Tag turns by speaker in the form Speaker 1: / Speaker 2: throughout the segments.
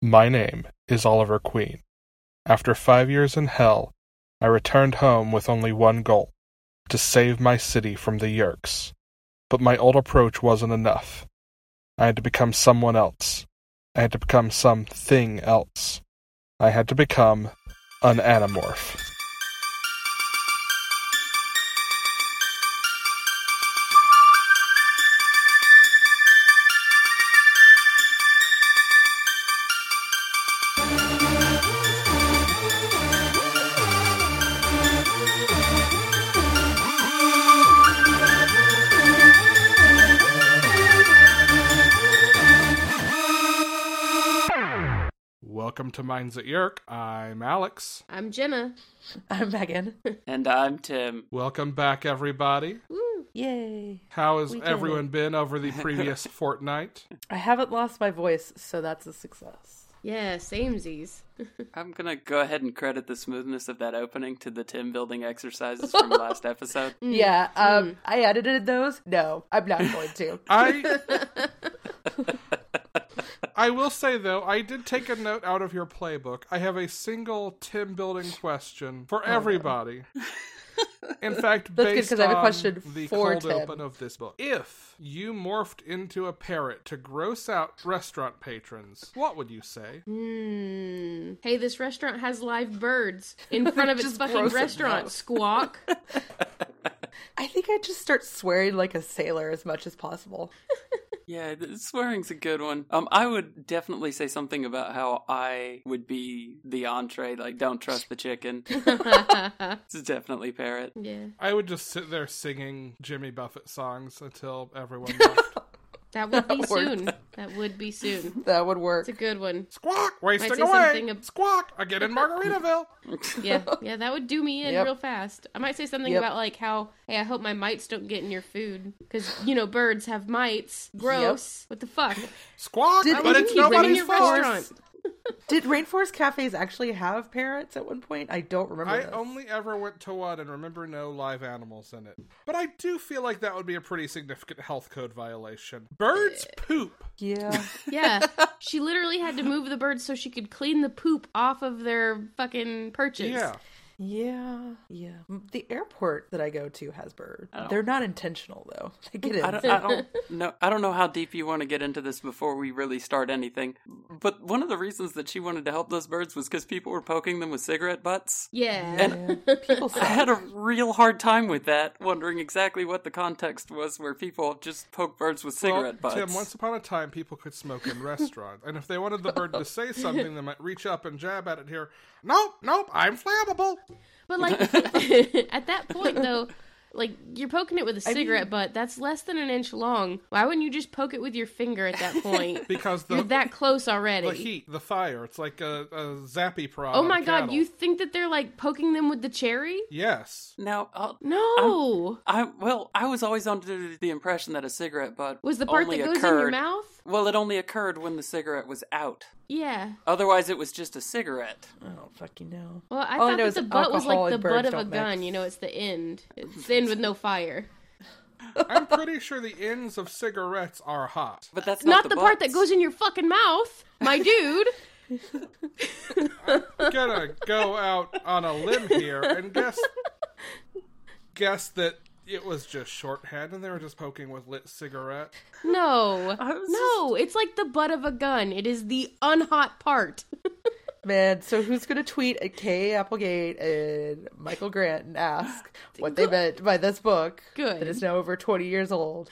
Speaker 1: My name is Oliver Queen. After five years in hell, I returned home with only one goal to save my city from the Yerks. But my old approach wasn't enough. I had to become someone else. I had to become something else. I had to become an anamorph. Welcome to Minds at Yerk. I'm Alex.
Speaker 2: I'm Jenna.
Speaker 3: I'm Megan.
Speaker 4: And I'm Tim.
Speaker 1: Welcome back, everybody.
Speaker 2: Woo.
Speaker 3: Yay.
Speaker 1: How has
Speaker 3: We did
Speaker 1: everyone been over the previous fortnight?
Speaker 3: I haven't lost my voice, so that's a success.
Speaker 2: Yeah, samesies.
Speaker 4: I'm gonna go ahead and credit the smoothness of that opening to the Tim building exercises from last episode.
Speaker 3: Yeah, um,
Speaker 4: Mm.
Speaker 3: I edited those. No, I'm not going to.
Speaker 1: I I will say though, I did take a note out of your playbook. I have a single Tim building question for everybody. In fact,
Speaker 3: Oh, That's good,
Speaker 1: based
Speaker 3: 'cause I have a
Speaker 1: on
Speaker 3: question
Speaker 1: the
Speaker 3: for
Speaker 1: cold
Speaker 3: Tim.
Speaker 1: open of this book, if you morphed into a parrot to gross out restaurant patrons, what would you say?
Speaker 2: Hmm. Hey, this restaurant has live birds in front of its
Speaker 3: Just
Speaker 2: fucking
Speaker 3: gross them
Speaker 2: restaurant.
Speaker 3: out.
Speaker 2: Squawk.
Speaker 3: I think I'd just start swearing like a sailor as much as possible.
Speaker 4: Yeah, th- swearing's a good one. Um, I would definitely say something about how I would be the entree, like don't trust the chicken. This is definitely parrot.
Speaker 2: yeah,
Speaker 1: I would just sit there singing Jimmy Buffett songs until everyone left.
Speaker 2: that would be
Speaker 3: That worked.
Speaker 2: soon. That would be soon.
Speaker 3: That would work.
Speaker 2: It's a good one.
Speaker 1: Squawk,
Speaker 2: Might
Speaker 1: wasting
Speaker 2: say
Speaker 1: away.
Speaker 2: something ab-
Speaker 1: Squawk, again in Margaritaville.
Speaker 2: Yeah, yeah, that would do me in
Speaker 3: Yep.
Speaker 2: real fast. I might say something
Speaker 3: Yep.
Speaker 2: about like how, hey, I hope my mites don't get in your food because you know birds have mites. Gross. What the fuck?
Speaker 1: Squawk,
Speaker 3: Did
Speaker 1: but
Speaker 3: you
Speaker 1: it's
Speaker 2: keep running
Speaker 1: nobody's
Speaker 2: your
Speaker 1: fault.
Speaker 2: restaurant?
Speaker 3: Did Rainforest Cafes actually have parrots at one point? I don't remember.
Speaker 1: I
Speaker 3: this.
Speaker 1: only ever went to one and remember no live animals in it. But I do feel like that would be a pretty significant health code violation. Birds poop.
Speaker 3: Yeah.
Speaker 2: Yeah, she literally had to move the birds so she could clean the poop off of their fucking perches.
Speaker 1: Yeah.
Speaker 3: Yeah. Yeah. The airport that I go to has birds.
Speaker 4: Oh.
Speaker 3: They're not intentional, though. They get in.
Speaker 4: I don't, I don't know. I don't know how deep you want to get into this before we really start anything. But one of the reasons that she wanted to help those birds was because people were poking them with cigarette butts.
Speaker 2: Yeah.
Speaker 4: And
Speaker 3: People
Speaker 4: I
Speaker 3: say
Speaker 4: had a real hard time with that, wondering exactly what the context was where people just poke birds with cigarette
Speaker 1: Well,
Speaker 4: butts.
Speaker 1: Tim, once upon a time, people could smoke in restaurants. And if they wanted the bird to say something, they might reach up and jab at it here. Nope, nope, I'm flammable.
Speaker 2: But like at that point though, like you're poking it with a cigarette butt. That's less than an inch long. Why wouldn't you just poke it with your finger at that point?
Speaker 1: Because the,
Speaker 2: you're that close already.
Speaker 1: the heat, the fire, it's like a, a zappy prod.
Speaker 2: oh
Speaker 1: on
Speaker 2: my god,
Speaker 1: cattle.
Speaker 2: you think that they're like poking them with the cherry?
Speaker 1: Yes.
Speaker 4: Now, I'll,
Speaker 2: No.
Speaker 4: I well, I was always under the impression that a cigarette butt
Speaker 2: was the part that
Speaker 4: only
Speaker 2: goes
Speaker 4: occurred,
Speaker 2: in your mouth?
Speaker 4: Well, it only occurred when the cigarette was out.
Speaker 2: Yeah.
Speaker 4: Otherwise, it was just a cigarette.
Speaker 3: I don't fucking know.
Speaker 2: Well, I
Speaker 3: All I
Speaker 2: thought
Speaker 3: know
Speaker 2: that
Speaker 3: is
Speaker 2: the butt was
Speaker 3: alcohol
Speaker 2: like the
Speaker 3: and
Speaker 2: butt
Speaker 3: birds
Speaker 2: of a
Speaker 3: don't
Speaker 2: gun.
Speaker 3: mix.
Speaker 2: You know, it's the end. It's the end with no fire.
Speaker 1: I'm pretty sure the ends of cigarettes are hot.
Speaker 4: But that's
Speaker 2: Not
Speaker 4: not,
Speaker 2: the, part that
Speaker 4: butts.
Speaker 2: goes in your fucking mouth, my dude.
Speaker 1: gonna go out on a limb here and guess guess that it was just shorthand and they were just poking with lit cigarette.
Speaker 2: No.
Speaker 4: I was
Speaker 2: No, it's like the butt of a gun. It is the unhot part.
Speaker 3: Man, so who's gonna tweet at Kay Applegate and Michael Grant and ask what they meant by this book
Speaker 2: Good.
Speaker 3: that is now over twenty years old?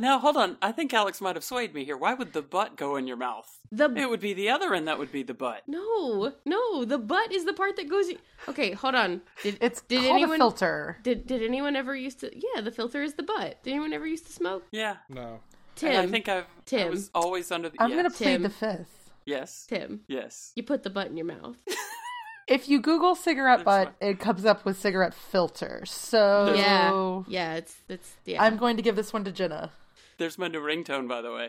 Speaker 4: Now, hold on. I think Alex might have swayed me here. Why would the butt go in your mouth?
Speaker 2: The
Speaker 4: It would be the other end that would be the butt.
Speaker 2: no, no, the butt is the part that goes. In... Okay, hold on. Did
Speaker 3: It's
Speaker 2: did
Speaker 3: called
Speaker 2: anyone
Speaker 3: a filter.
Speaker 2: did did anyone ever used to? Yeah, the filter is the butt. Did anyone ever used to smoke?
Speaker 4: Yeah.
Speaker 1: No.
Speaker 2: Tim,
Speaker 4: And I think I've I
Speaker 2: Tim.
Speaker 4: was always under the
Speaker 3: I'm
Speaker 4: yes,
Speaker 3: gonna plead
Speaker 2: Tim.
Speaker 3: the fifth.
Speaker 4: yes.
Speaker 2: Tim,
Speaker 4: Yes.
Speaker 2: you put the butt in your mouth.
Speaker 3: If you Google cigarette
Speaker 4: That's
Speaker 3: butt, it comes up with cigarette filter.
Speaker 4: Oh.
Speaker 3: So
Speaker 2: yeah, yeah, it's it's yeah.
Speaker 3: I'm going to give this one to Jenna.
Speaker 4: There's my new ringtone, by the way.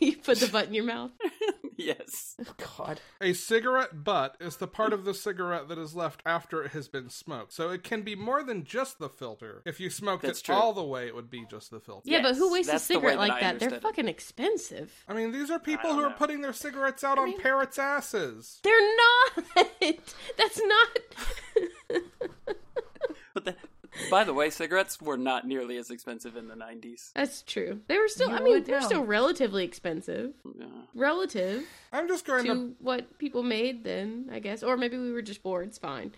Speaker 2: you put the butt in your mouth.
Speaker 4: yes.
Speaker 3: Oh, God.
Speaker 5: A cigarette butt is the part of the cigarette that is left after it has been smoked. So it can be more than just the filter. If you smoked
Speaker 4: That's
Speaker 5: it
Speaker 4: true.
Speaker 5: all the way, it would be just the filter.
Speaker 2: Yeah, but
Speaker 4: Yes,
Speaker 2: who wastes a
Speaker 4: that's the way
Speaker 2: cigarette
Speaker 4: that
Speaker 2: like
Speaker 4: I
Speaker 2: that? They're
Speaker 4: understood it.
Speaker 2: fucking expensive.
Speaker 5: I mean, these are people
Speaker 4: don't
Speaker 5: who are
Speaker 4: know.
Speaker 5: putting their cigarettes out on parrots' asses.
Speaker 2: They're not. That's not.
Speaker 4: But the, by the way, cigarettes were not nearly as expensive in the 90s.
Speaker 2: That's true. They were still.
Speaker 3: You
Speaker 2: I mean,
Speaker 3: would
Speaker 2: they're
Speaker 3: know.
Speaker 2: still relatively expensive,
Speaker 4: Yeah.
Speaker 2: relative
Speaker 5: I'm just going to
Speaker 2: to what people made then, I guess. Or maybe we were just bored. It's fine.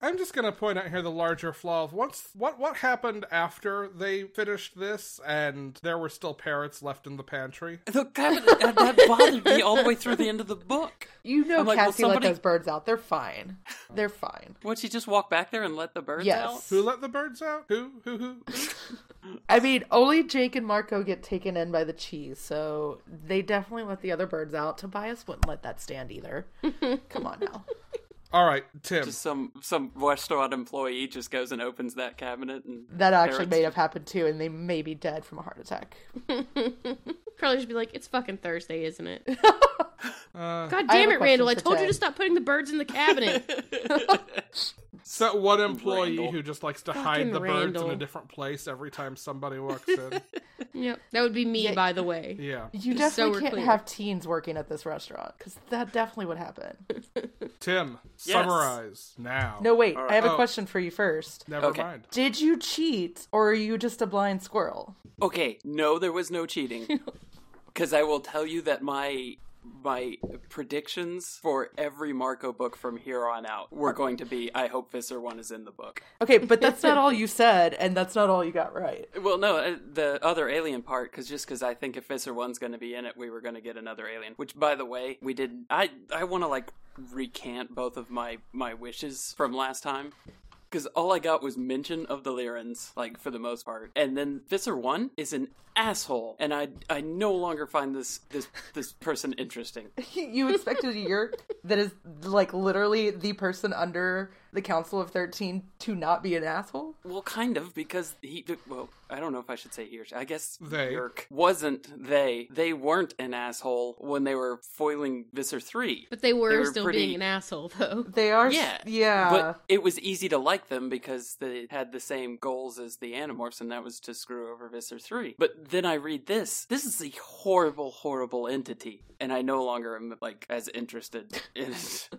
Speaker 5: I'm just going to point out here the larger flaw of once what what happened after they finished this and there were still parrots left in the pantry.
Speaker 4: The cabinet, that that bothered me all the way through the end of the book.
Speaker 3: You know
Speaker 4: I'm like, well,
Speaker 3: Cassie
Speaker 4: somebody-
Speaker 3: let those birds out. They're fine. They're fine.
Speaker 4: Would she just walk back there and let the birds
Speaker 3: Yes.
Speaker 5: Who let the birds out? Who who who?
Speaker 3: I mean, only Jake and Marco get taken in by the cheese, so they definitely let the other birds out. Tobias wouldn't let that stand either. Come on now.
Speaker 5: All right, Tim.
Speaker 4: out? Just some some restaurant employee just goes and opens that cabinet and
Speaker 3: That actually
Speaker 4: Parrots.
Speaker 3: may have happened too, and they may be dead from a heart attack.
Speaker 2: Probably should be like, it's fucking Thursday, isn't it?
Speaker 5: Uh,
Speaker 2: God
Speaker 3: I have
Speaker 2: damn
Speaker 3: a
Speaker 2: it, Randall! I
Speaker 3: question for
Speaker 2: told you
Speaker 3: Ted.
Speaker 2: to stop putting the birds in the cabinet.
Speaker 5: it's that one employee
Speaker 4: Randall.
Speaker 5: who just likes to hide the birds
Speaker 2: Randall.
Speaker 5: in a different place every time somebody walks in.
Speaker 2: yep, that would be me,
Speaker 3: Yeah.
Speaker 2: by the way.
Speaker 5: yeah.
Speaker 3: You
Speaker 2: Just so
Speaker 3: definitely
Speaker 2: we're
Speaker 3: can't
Speaker 2: clear.
Speaker 3: have teens working at this restaurant because that definitely would happen.
Speaker 5: Tim, summarize now.
Speaker 3: No, wait, I have
Speaker 5: Oh.
Speaker 3: a question for you first.
Speaker 5: Never
Speaker 4: Okay.
Speaker 5: mind.
Speaker 3: Did you cheat, or are you just a blind squirrel?
Speaker 4: Okay, no, there was no cheating. Because I will tell you that my my predictions for every Marco book from here on out were going to be I hope Visser one is in the book.
Speaker 3: Okay, but that's not all you said, and that's not all you got right.
Speaker 4: Well, no, uh, the other alien part, because just because I think if Visser one's going to be in it, we were going to get another alien. Which, by the way, we did. I I want to like recant both of my my wishes from last time. Because all I got was mention of the Lyrans, like for the most part, and then Visser One is an asshole, and I I no longer find this this this person interesting.
Speaker 3: You expected a year that is like literally the person under the Council of Thirteen to not be an asshole.
Speaker 4: Well, kind of because he. Well, I don't know if I should say he or she. I guess
Speaker 5: They.
Speaker 4: Yerk wasn't they. They weren't an asshole when they were foiling Visser Three.
Speaker 2: But they were,
Speaker 4: They were
Speaker 2: still
Speaker 4: pretty-
Speaker 2: being an asshole, though.
Speaker 3: They are,
Speaker 4: Yeah.
Speaker 3: yeah, yeah.
Speaker 4: But it was easy to like them because they had the same goals as the Animorphs, and that was to screw over Visser 3. But then I read this. This is a horrible, horrible entity, and I no longer am, like, as interested in it.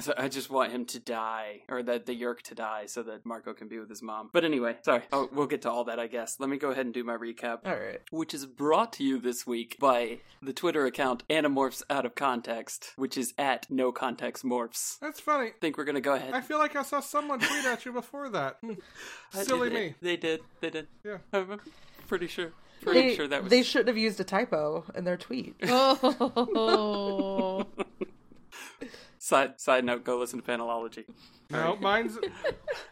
Speaker 4: so I just want him to die, or that the Yerk to die, so that Marco can be with his mom. But anyway, sorry. Oh, we'll get to all that, I guess. Let me go ahead and do my recap
Speaker 3: all right.
Speaker 4: which is brought to you this week by the Twitter account Animorphs Out of Context, which is at No Context Morphs.
Speaker 5: That's funny.
Speaker 4: I think we're gonna go ahead.
Speaker 5: I feel like I saw someone tweet at you before that. Hmm.
Speaker 4: I-
Speaker 5: Silly
Speaker 4: they-
Speaker 5: me.
Speaker 4: Uh, They did. They did.
Speaker 5: Yeah.
Speaker 4: I'm pretty sure. Pretty
Speaker 3: They,
Speaker 4: sure that was.
Speaker 3: they shouldn't have used a typo in their tweet.
Speaker 2: Oh,
Speaker 4: side side note. Go listen to Panelology.
Speaker 5: No, mine's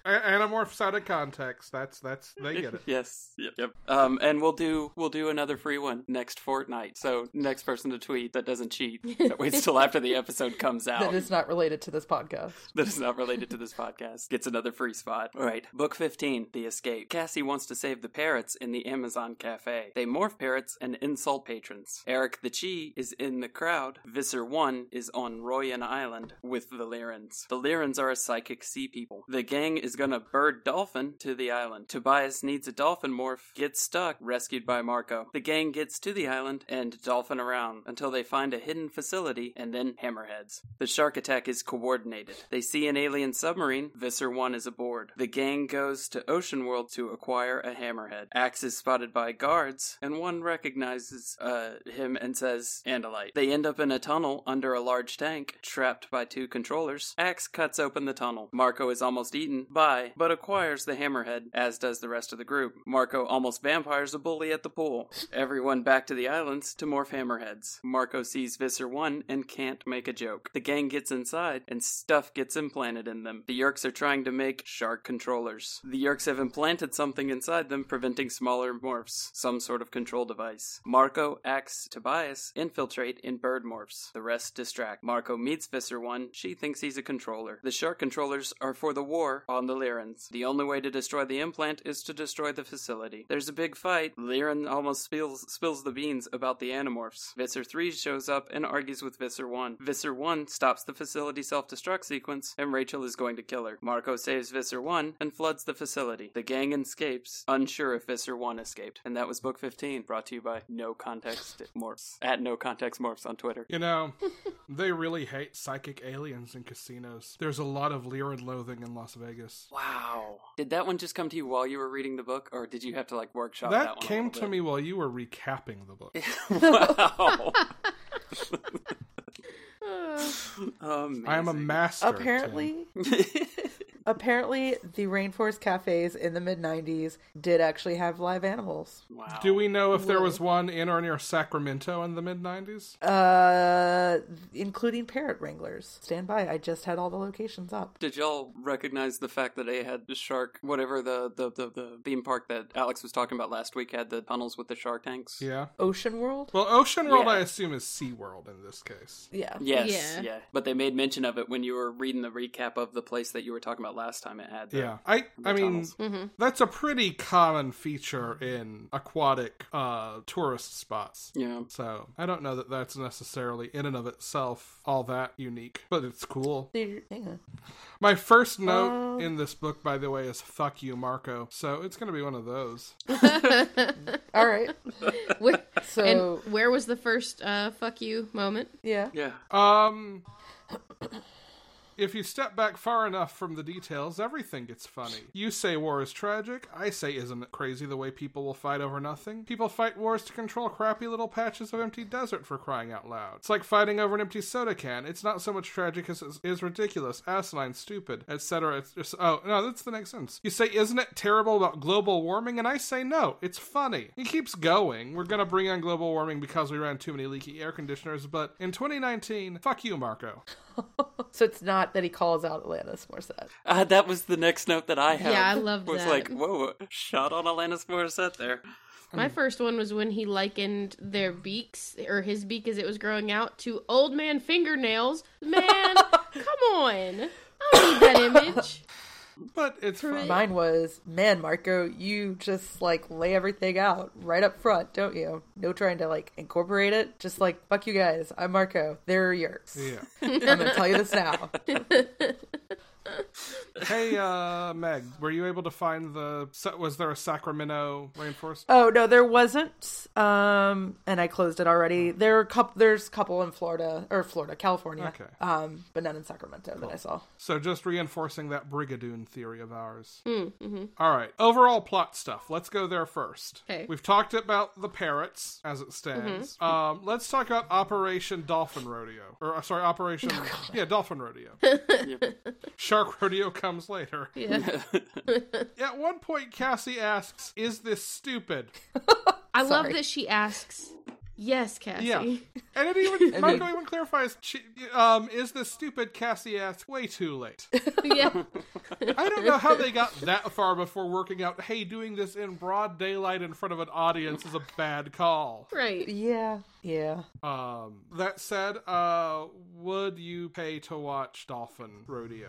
Speaker 5: A- anamorphs out of context. That's that's they get it.
Speaker 4: Yes. Yep. yep. Um, and we'll do we'll do another free one next fortnight. So next person to tweet that doesn't cheat that waits till after the episode comes out
Speaker 3: That is not related to this podcast.
Speaker 4: that is not related to this podcast gets another free spot. All right, book 15, The Escape. Cassie wants to save the parrots in the Amazon cafe. They morph parrots and insult patrons. Eric the Chi is in the crowd. Visser 1 is on Royan Island with the Lyrans. The Lyrans are a psychic sea people. The gang is gonna bird dolphin to the island. Tobias needs a dolphin morph, gets stuck, rescued by Marco. The gang gets to the island and dolphin around until they find a hidden facility and then hammerheads. The shark attack is coordinated. They see an alien submarine. Visser 1 is aboard. The gang goes to Ocean World to acquire a hammerhead. Axe is spotted by guards, and one recognizes uh, him and says, Andalite. They end up in a tunnel under a large tank, trapped by two controllers. Axe cuts open the tunnel. Marco is almost eaten by, but acquires the hammerhead, as does the rest of the group. Marco almost vampires a bully at the pool. Everyone back to the islands to morph hammerheads. Marco sees Visser 1 and can't make a joke. The gang gets inside, and stuff gets implanted in them. The Yerks are trying to make shark controllers. The Yerks have implanted something inside them, preventing smaller morphs, some sort of control device. Marco, Axe, Tobias infiltrate in bird morphs. The rest distract. Marco meets Visser 1 someone, she thinks he's a controller. The shark controllers are for the war on the Lyrans. The only way to destroy the implant is to destroy the facility. There's a big fight. Lyran almost spills, spills the beans about the Animorphs. Visser 3 shows up and argues with Visser 1. Visser 1 stops the facility self destruct sequence, and Rachel is going to kill her. Marco saves Visser 1 and floods the facility. The gang escapes, unsure if Visser 1 escaped. And that was book 15, brought to you by No Context Morphs. At No Context Morphs on Twitter.
Speaker 1: You know, they really hate psychic aliens in casinos. There's a lot of leer and loathing in Las Vegas.
Speaker 4: Wow. Did that one just come to you while you were reading the book, or did you have to like workshop that,
Speaker 1: That
Speaker 4: one a
Speaker 1: came to
Speaker 4: little bit?
Speaker 1: me while you were recapping the book.
Speaker 4: wow.
Speaker 2: Uh,
Speaker 4: Amazing.
Speaker 1: I am a master. Tim.
Speaker 3: Apparently, apparently, the rainforest cafes in the mid '90s did actually have live animals.
Speaker 4: wow.
Speaker 1: Do we know if there was one in or near Sacramento in the mid 90s?
Speaker 3: Uh, including parrot wranglers. Stand by. I just had all the locations up.
Speaker 4: Did y'all recognize the fact that they had the shark, whatever the, the, the, the theme park that Alex was talking about last week had the tunnels with the shark tanks?
Speaker 1: Yeah.
Speaker 3: Ocean World.
Speaker 1: Well, Ocean World,
Speaker 4: Yeah.
Speaker 1: I assume, is SeaWorld in this case.
Speaker 3: Yeah.
Speaker 4: Yes, yeah.
Speaker 2: Yeah.
Speaker 4: But they made mention of it when you were reading the recap of the place that you were talking about last time. It had the,
Speaker 1: Yeah. I, I mean,
Speaker 4: tunnels.
Speaker 1: that's a pretty common feature in aquatic uh, tourist spots.
Speaker 4: yeah.
Speaker 1: So I don't know that that's necessarily in and of itself all that unique, but it's cool.
Speaker 3: Hang on.
Speaker 1: My first note
Speaker 3: Um,
Speaker 1: in this book, by the way, is "fuck you, Marco." So it's gonna be one of those.
Speaker 3: All right.
Speaker 2: where,
Speaker 3: So-
Speaker 2: and where was the first uh, fuck you moment?
Speaker 3: Yeah.
Speaker 4: Yeah.
Speaker 1: Um, if you step back far enough from the details, everything gets funny. You say war is tragic. I say, isn't it crazy the way people will fight over nothing? People fight wars to control crappy little patches of empty desert for crying out loud. It's like fighting over an empty soda can. It's not so much tragic as it is ridiculous, asinine, stupid, etc. It's just, oh, no, that's the next sentence. You say, isn't it terrible about global warming? And I say, no, it's funny. He keeps going. We're going to bring on global warming because we ran too many leaky air conditioners, but in 2019, fuck you, Marco.
Speaker 3: So it's not that he calls out Atlantis Morissette.
Speaker 4: Uh, that was the next note that I had.
Speaker 2: Yeah, I loved
Speaker 4: was
Speaker 2: that.
Speaker 4: like, whoa, shot on Alanis Morissette there.
Speaker 2: My
Speaker 3: Mm.
Speaker 2: first one was when he likened their beaks, or his beak as it was growing out, to old man fingernails. Man, come on. I don't need that image.
Speaker 1: But it's fun.
Speaker 3: Mine was, man, Marco, you just like lay everything out right up front, don't you? No trying to like incorporate it. Just like, fuck you guys. I'm Marco. They're yours.
Speaker 1: Yeah.
Speaker 3: I'm gonna tell you this now.
Speaker 1: Hey, uh, Meg, were you able to find the? sa- Was there a Sacramento rainforest?
Speaker 3: Oh no, there wasn't. Um, and I closed it
Speaker 1: Mm.
Speaker 3: already. There are a couple. There's a couple in Florida or Florida, California.
Speaker 1: Okay.
Speaker 3: Um, but none in Sacramento that I saw.
Speaker 1: So just reinforcing that Brigadoon theory of ours.
Speaker 2: Hmm, mm-hmm.
Speaker 1: All right. Overall plot stuff. Let's go there first.
Speaker 2: Okay. Mm-hmm.
Speaker 1: We've talked about the parrots as it stands. Um, let's talk about Operation Dolphin Rodeo, or uh, sorry,
Speaker 2: Oh
Speaker 1: Operation yeah Dolphin Rodeo. Shark Rodeo comes later.
Speaker 2: Yeah.
Speaker 1: At one point, Cassie asks, "Is this stupid?"
Speaker 2: I love
Speaker 3: Sorry.
Speaker 2: that she asks, yes, Cassie.
Speaker 1: Yeah. And it even Marco even clarifies, she, um, "Is this stupid?" Cassie asks, "Way too late."
Speaker 2: Yeah.
Speaker 1: I don't know how they got that far before working out, hey, doing this in broad daylight in front of an audience is a bad call.
Speaker 2: Right.
Speaker 3: Yeah. Yeah.
Speaker 1: Um, that said, uh, would you pay to watch Dolphin Rodeo?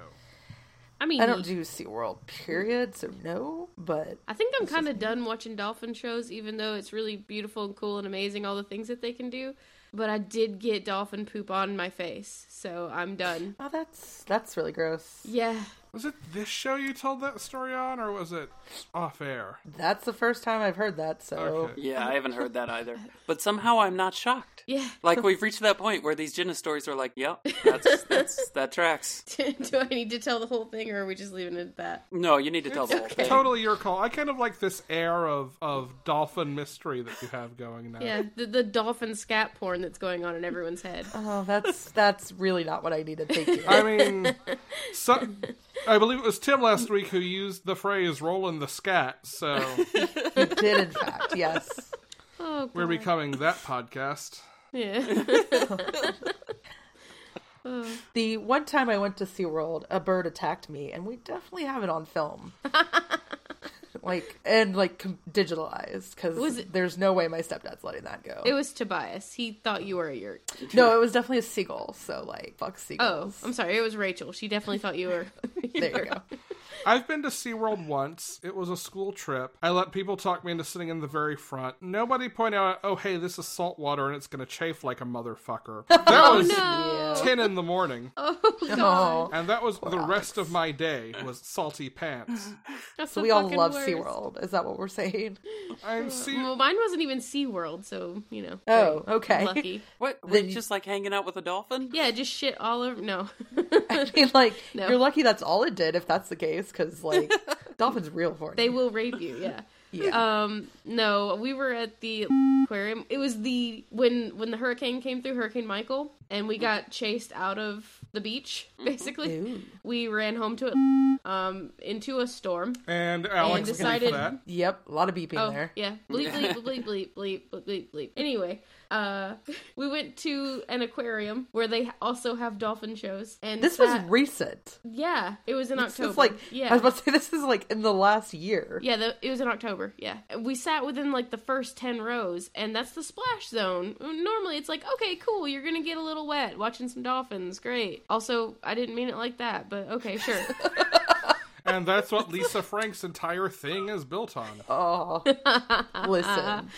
Speaker 2: I mean,
Speaker 3: I don't do SeaWorld, period. So no. But
Speaker 2: I think I'm kind of done watching dolphin shows, even though it's really beautiful and cool and amazing, all the things that they can do. But I did get dolphin poop on my face, so I'm done.
Speaker 3: oh, that's that's really gross.
Speaker 2: Yeah.
Speaker 1: Was it this show you told that story on, or was it off air?
Speaker 3: That's the first time I've heard that. So.
Speaker 1: Okay.
Speaker 4: Yeah, I haven't heard that either. But somehow I'm not shocked.
Speaker 2: Yeah.
Speaker 4: Like we've reached that point where these Jenna stories are like, yep, that's, that's that tracks.
Speaker 2: do I need to tell the whole thing, or are we just leaving it at that?
Speaker 4: No, you need to tell the whole thing.
Speaker 1: Totally your call. I kind of like this air of, of dolphin mystery that you have going now.
Speaker 2: Yeah, the, the dolphin scat porn that's going on in everyone's head.
Speaker 3: Oh, that's that's really not what I needed. Thank you.
Speaker 1: I mean, so, I believe it was Tim last week who used the phrase "rolling the scat," so
Speaker 3: You did, in fact, yes.
Speaker 2: Oh, God.
Speaker 1: we're becoming that podcast.
Speaker 2: yeah.
Speaker 3: The one time I went to SeaWorld, a bird attacked me, and we definitely have it on film. like and like com- digitalized because
Speaker 2: Was it-
Speaker 3: there's no way my stepdad's letting that go.
Speaker 2: It was Tobias. He thought you were a yerk.
Speaker 3: no, it was definitely a seagull. So like, fuck
Speaker 2: Oh,
Speaker 3: seagulls.
Speaker 2: I'm sorry. It was Rachel. She definitely thought you were.
Speaker 3: there you go.
Speaker 1: I've been to SeaWorld once. It was a school trip. I let people talk me into sitting in the very front. Nobody pointed out, oh, hey, this is salt water and it's going to chafe like a motherfucker. That was
Speaker 2: Oh, No.
Speaker 1: 10 in the morning.
Speaker 2: Oh god.
Speaker 1: And that was the rest of my day was salty pants.
Speaker 2: That's
Speaker 3: So
Speaker 2: the
Speaker 3: we all
Speaker 2: fucking
Speaker 3: love
Speaker 2: worst.
Speaker 3: SeaWorld. Is that what we're saying?
Speaker 1: I'm see-
Speaker 2: Well, mine wasn't even SeaWorld, so you know.
Speaker 3: Oh,
Speaker 2: very
Speaker 3: okay.
Speaker 2: Lucky.
Speaker 4: What?
Speaker 3: Then-
Speaker 4: Wait, just like hanging out with a dolphin?
Speaker 2: Yeah, just shit all over. No.
Speaker 3: I mean, like,
Speaker 2: No.
Speaker 3: you're lucky that's all it did if that's the case, because, like, dolphins real horny.
Speaker 2: they will rape you. Yeah.
Speaker 3: Yeah.
Speaker 2: Um. No, we were at the aquarium. It was the when when the hurricane came through, Hurricane Michael, and we got chased out of the beach. Basically,
Speaker 3: Mm-hmm. Ooh.
Speaker 2: we ran home to it. Um, into a storm.
Speaker 1: And Alex
Speaker 2: And
Speaker 1: decided-
Speaker 2: decided-
Speaker 1: that.
Speaker 3: Yep, a lot of beeping
Speaker 2: Oh
Speaker 3: there.
Speaker 2: yeah, bleep bleep bleep bleep bleep bleep bleep bleep. Anyway, uh, we went to an aquarium where they also have dolphin shows, and
Speaker 3: This
Speaker 2: that-
Speaker 3: was recent.
Speaker 2: yeah, it was in
Speaker 3: This
Speaker 2: October.
Speaker 3: is like,
Speaker 2: yeah,
Speaker 3: I was about to say, this is like in the last year.
Speaker 2: Yeah, the, it was in October. Yeah, we sat within like the first ten rows, and that's the splash zone. Mm, Normally, it's like, okay, cool, you're gonna get a little wet watching some dolphins. Great. Also, I didn't mean it like that, but okay, sure.
Speaker 1: And that's what Lisa Frank's entire thing is built on.
Speaker 3: Oh, listen.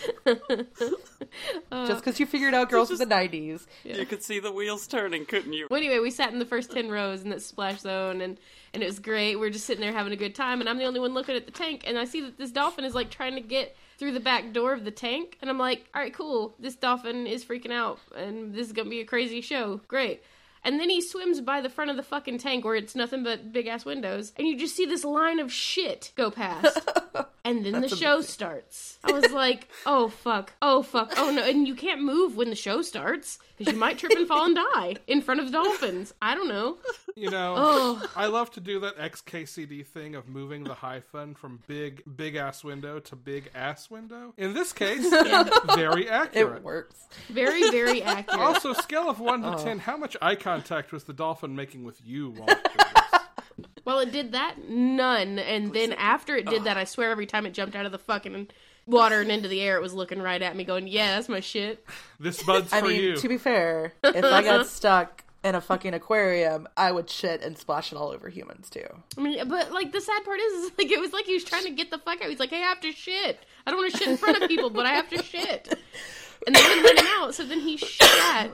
Speaker 2: Uh,
Speaker 3: just because you figured out girls from the 90s.
Speaker 4: You could see the wheels turning, couldn't you?
Speaker 2: well, anyway, we sat in the first ten rows in that splash zone, and and it was great. We We're just sitting there having a good time, and I'm the only one looking at the tank, and I see that this dolphin is like trying to get. Through the back door of the tank, and I'm like, all right, cool. This dolphin is freaking out, and this is gonna be a crazy show. Great. And then he swims by the front of the fucking tank where it's nothing but big ass windows, and you just see this line of shit go past. and then the show starts. I was like, oh fuck, oh fuck, oh no. And you can't move when the show starts because you might trip and fall and die in front of dolphins. I don't know.
Speaker 1: You know,
Speaker 2: Oh.
Speaker 1: I love to do that XKCD thing of moving the hyphen from big, big ass window to big ass window. In this case, very
Speaker 3: It
Speaker 1: accurate.
Speaker 3: works.
Speaker 2: Very, very accurate.
Speaker 1: Also, scale of 1 to 10, how much eye contact was the dolphin making with you while it did this?
Speaker 2: Well, it did that, none. And then after it did that, I swear every time it jumped out of the fucking water and into the air, it was looking right at me, going, yeah, that's my shit.
Speaker 1: This bud's
Speaker 3: I
Speaker 1: for
Speaker 3: mean,
Speaker 1: you.
Speaker 3: to be fair, if I got stuck in a fucking aquarium, I would shit and splash it all over humans, too.
Speaker 2: I mean, but like the sad part is, is like it was like he was trying to get the fuck out. He's like, hey, I have to shit. I don't want to shit in front of people, but I have to shit. And then let him out. So then he shat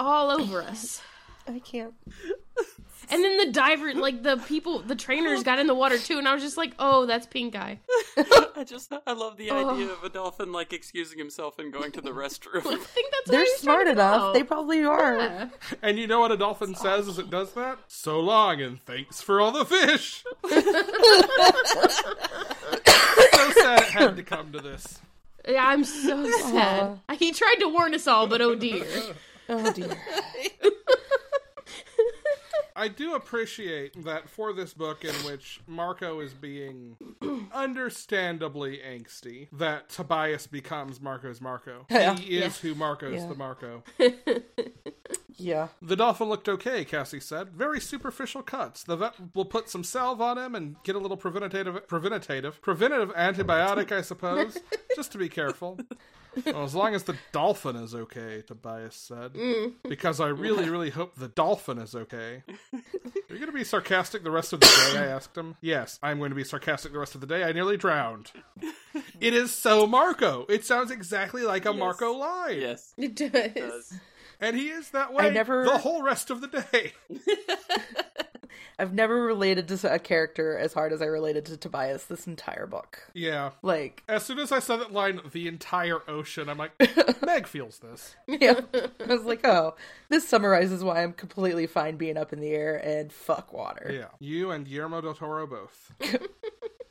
Speaker 2: all over us.
Speaker 3: I can't.
Speaker 2: And then the diver, like the people, the trainers got in the water too. And I was just like, oh, that's pink eye.
Speaker 4: I just, I love the idea of a dolphin like excusing himself and going to the
Speaker 2: I
Speaker 4: restroom.
Speaker 2: think that's what
Speaker 3: They're
Speaker 2: he was
Speaker 3: smart
Speaker 2: trying to
Speaker 3: enough.
Speaker 2: do.
Speaker 3: They probably are.
Speaker 1: and you know what a dolphin says as it does that? So long and thanks for all the fish. so sad it had to come to this.
Speaker 2: Yeah, I'm so sad. He tried to warn us all, but oh dear.
Speaker 3: Oh, dear.
Speaker 1: I do appreciate that for this book, in which Marco is being understandably angsty, that Tobias becomes Marco's Marco. He is who Marco's
Speaker 3: Yeah.
Speaker 1: the Marco.
Speaker 3: Yeah.
Speaker 1: The dolphin looked okay, Cassie said. Very superficial cuts. The vet will put some salve on him and get a little preventative, preventative, preventative antibiotic, I suppose, just to be careful. Well, as long as the dolphin is okay, Tobias said. Because I really, really hope the dolphin is okay. Are you going to be sarcastic the rest of the day? I asked him. Yes, I'm going to be sarcastic the rest of the day. I nearly drowned. It is so Marco. It sounds exactly like a Marco line.
Speaker 4: yes.
Speaker 2: It does.
Speaker 4: does.
Speaker 1: And he is that way
Speaker 3: never-
Speaker 1: the whole rest of the day.
Speaker 3: I've never related to a character as hard as I related to Tobias this entire book.
Speaker 1: Yeah.
Speaker 3: Like,
Speaker 1: As soon as I saw that line, the entire ocean, I'm like, Meg feels this.
Speaker 3: yeah, I was like, oh, this summarizes why I'm completely fine being up in the air and fuck water.
Speaker 1: Yeah. You and Guillermo del Toro both.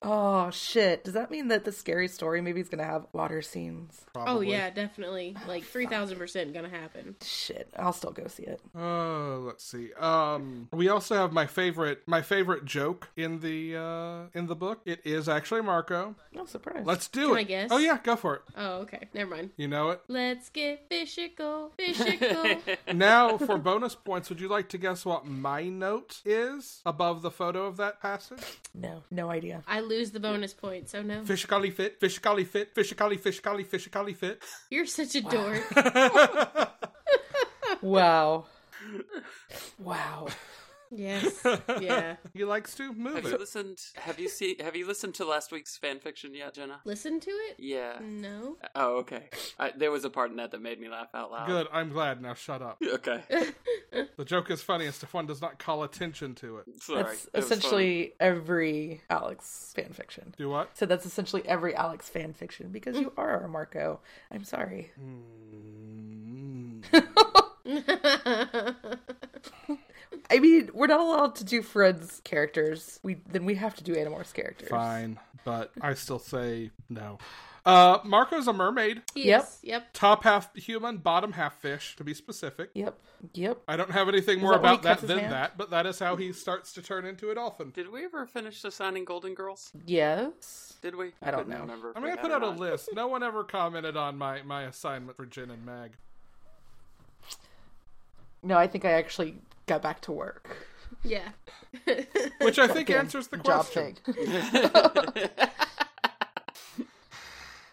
Speaker 3: Oh shit! Does that mean that the scary story movie is gonna have water scenes?
Speaker 1: Probably.
Speaker 2: Oh yeah, definitely. Like three thousand percent gonna happen.
Speaker 3: Shit, I'll still go see it.
Speaker 1: Oh, let's see. Um, we also have my favorite, my favorite joke in the uh in the book. It is actually Marco.
Speaker 3: No surprise.
Speaker 1: Let's do
Speaker 2: Can
Speaker 1: it.
Speaker 2: I guess?
Speaker 1: Oh yeah, go for it.
Speaker 2: Oh, okay. Never mind.
Speaker 1: You know it.
Speaker 2: Let's get physical, physical.
Speaker 1: Now for bonus points, would you like to guess what my note is above the photo of that passage?
Speaker 3: No, no idea.
Speaker 2: I lose the bonus point, so no.
Speaker 1: Fishically fit, fishically fit, fishically, fishically, fishically fit.
Speaker 2: You're such a dork.
Speaker 3: Wow. wow.
Speaker 2: Yes. Yeah.
Speaker 1: he likes to move
Speaker 4: Have you
Speaker 1: it.
Speaker 4: listened? Have you seen? Have you listened to last week's fan fiction yet, Jenna?
Speaker 2: Listen to it?
Speaker 4: Yeah.
Speaker 2: No.
Speaker 4: Oh, okay. I, there was a part in that that made me laugh out loud.
Speaker 1: Good, I'm glad. Now shut up.
Speaker 4: Okay.
Speaker 1: The joke is funniest if one does not call attention to it.
Speaker 4: Sorry.
Speaker 3: That's
Speaker 4: It was
Speaker 3: essentially every Alex fanfiction.
Speaker 1: Do what?
Speaker 3: So that's essentially every Alex fanfiction because you are our Marco. I'm sorry.
Speaker 1: Mm.
Speaker 3: I mean, we're not allowed to do Fred's characters. We then we have to do Animorphs characters.
Speaker 1: Fine, but I still say no. Uh, Marco's a mermaid.
Speaker 2: He
Speaker 3: Yep.
Speaker 2: is. Yep.
Speaker 1: Top half human, bottom half fish, to be specific.
Speaker 3: Yep. Yep.
Speaker 1: I don't have anything more
Speaker 3: that when he
Speaker 1: about that
Speaker 3: cuts his
Speaker 1: than
Speaker 3: hand?
Speaker 1: that, but that is how he starts to turn into a dolphin.
Speaker 4: Did we ever finish assigning Golden Girls?
Speaker 3: Yes.
Speaker 4: Did we?
Speaker 3: I don't
Speaker 4: couldn't
Speaker 3: know.
Speaker 4: Remember if
Speaker 1: I
Speaker 4: we
Speaker 1: mean, I
Speaker 4: had
Speaker 1: put
Speaker 4: or
Speaker 1: out a
Speaker 4: not.
Speaker 1: list. No one ever commented on my, my assignment for Jin and Mag.
Speaker 3: No, I think I actually got back to work.
Speaker 2: Yeah.
Speaker 1: Which I think
Speaker 3: Again,
Speaker 1: answers the
Speaker 3: job
Speaker 1: question.
Speaker 3: thing.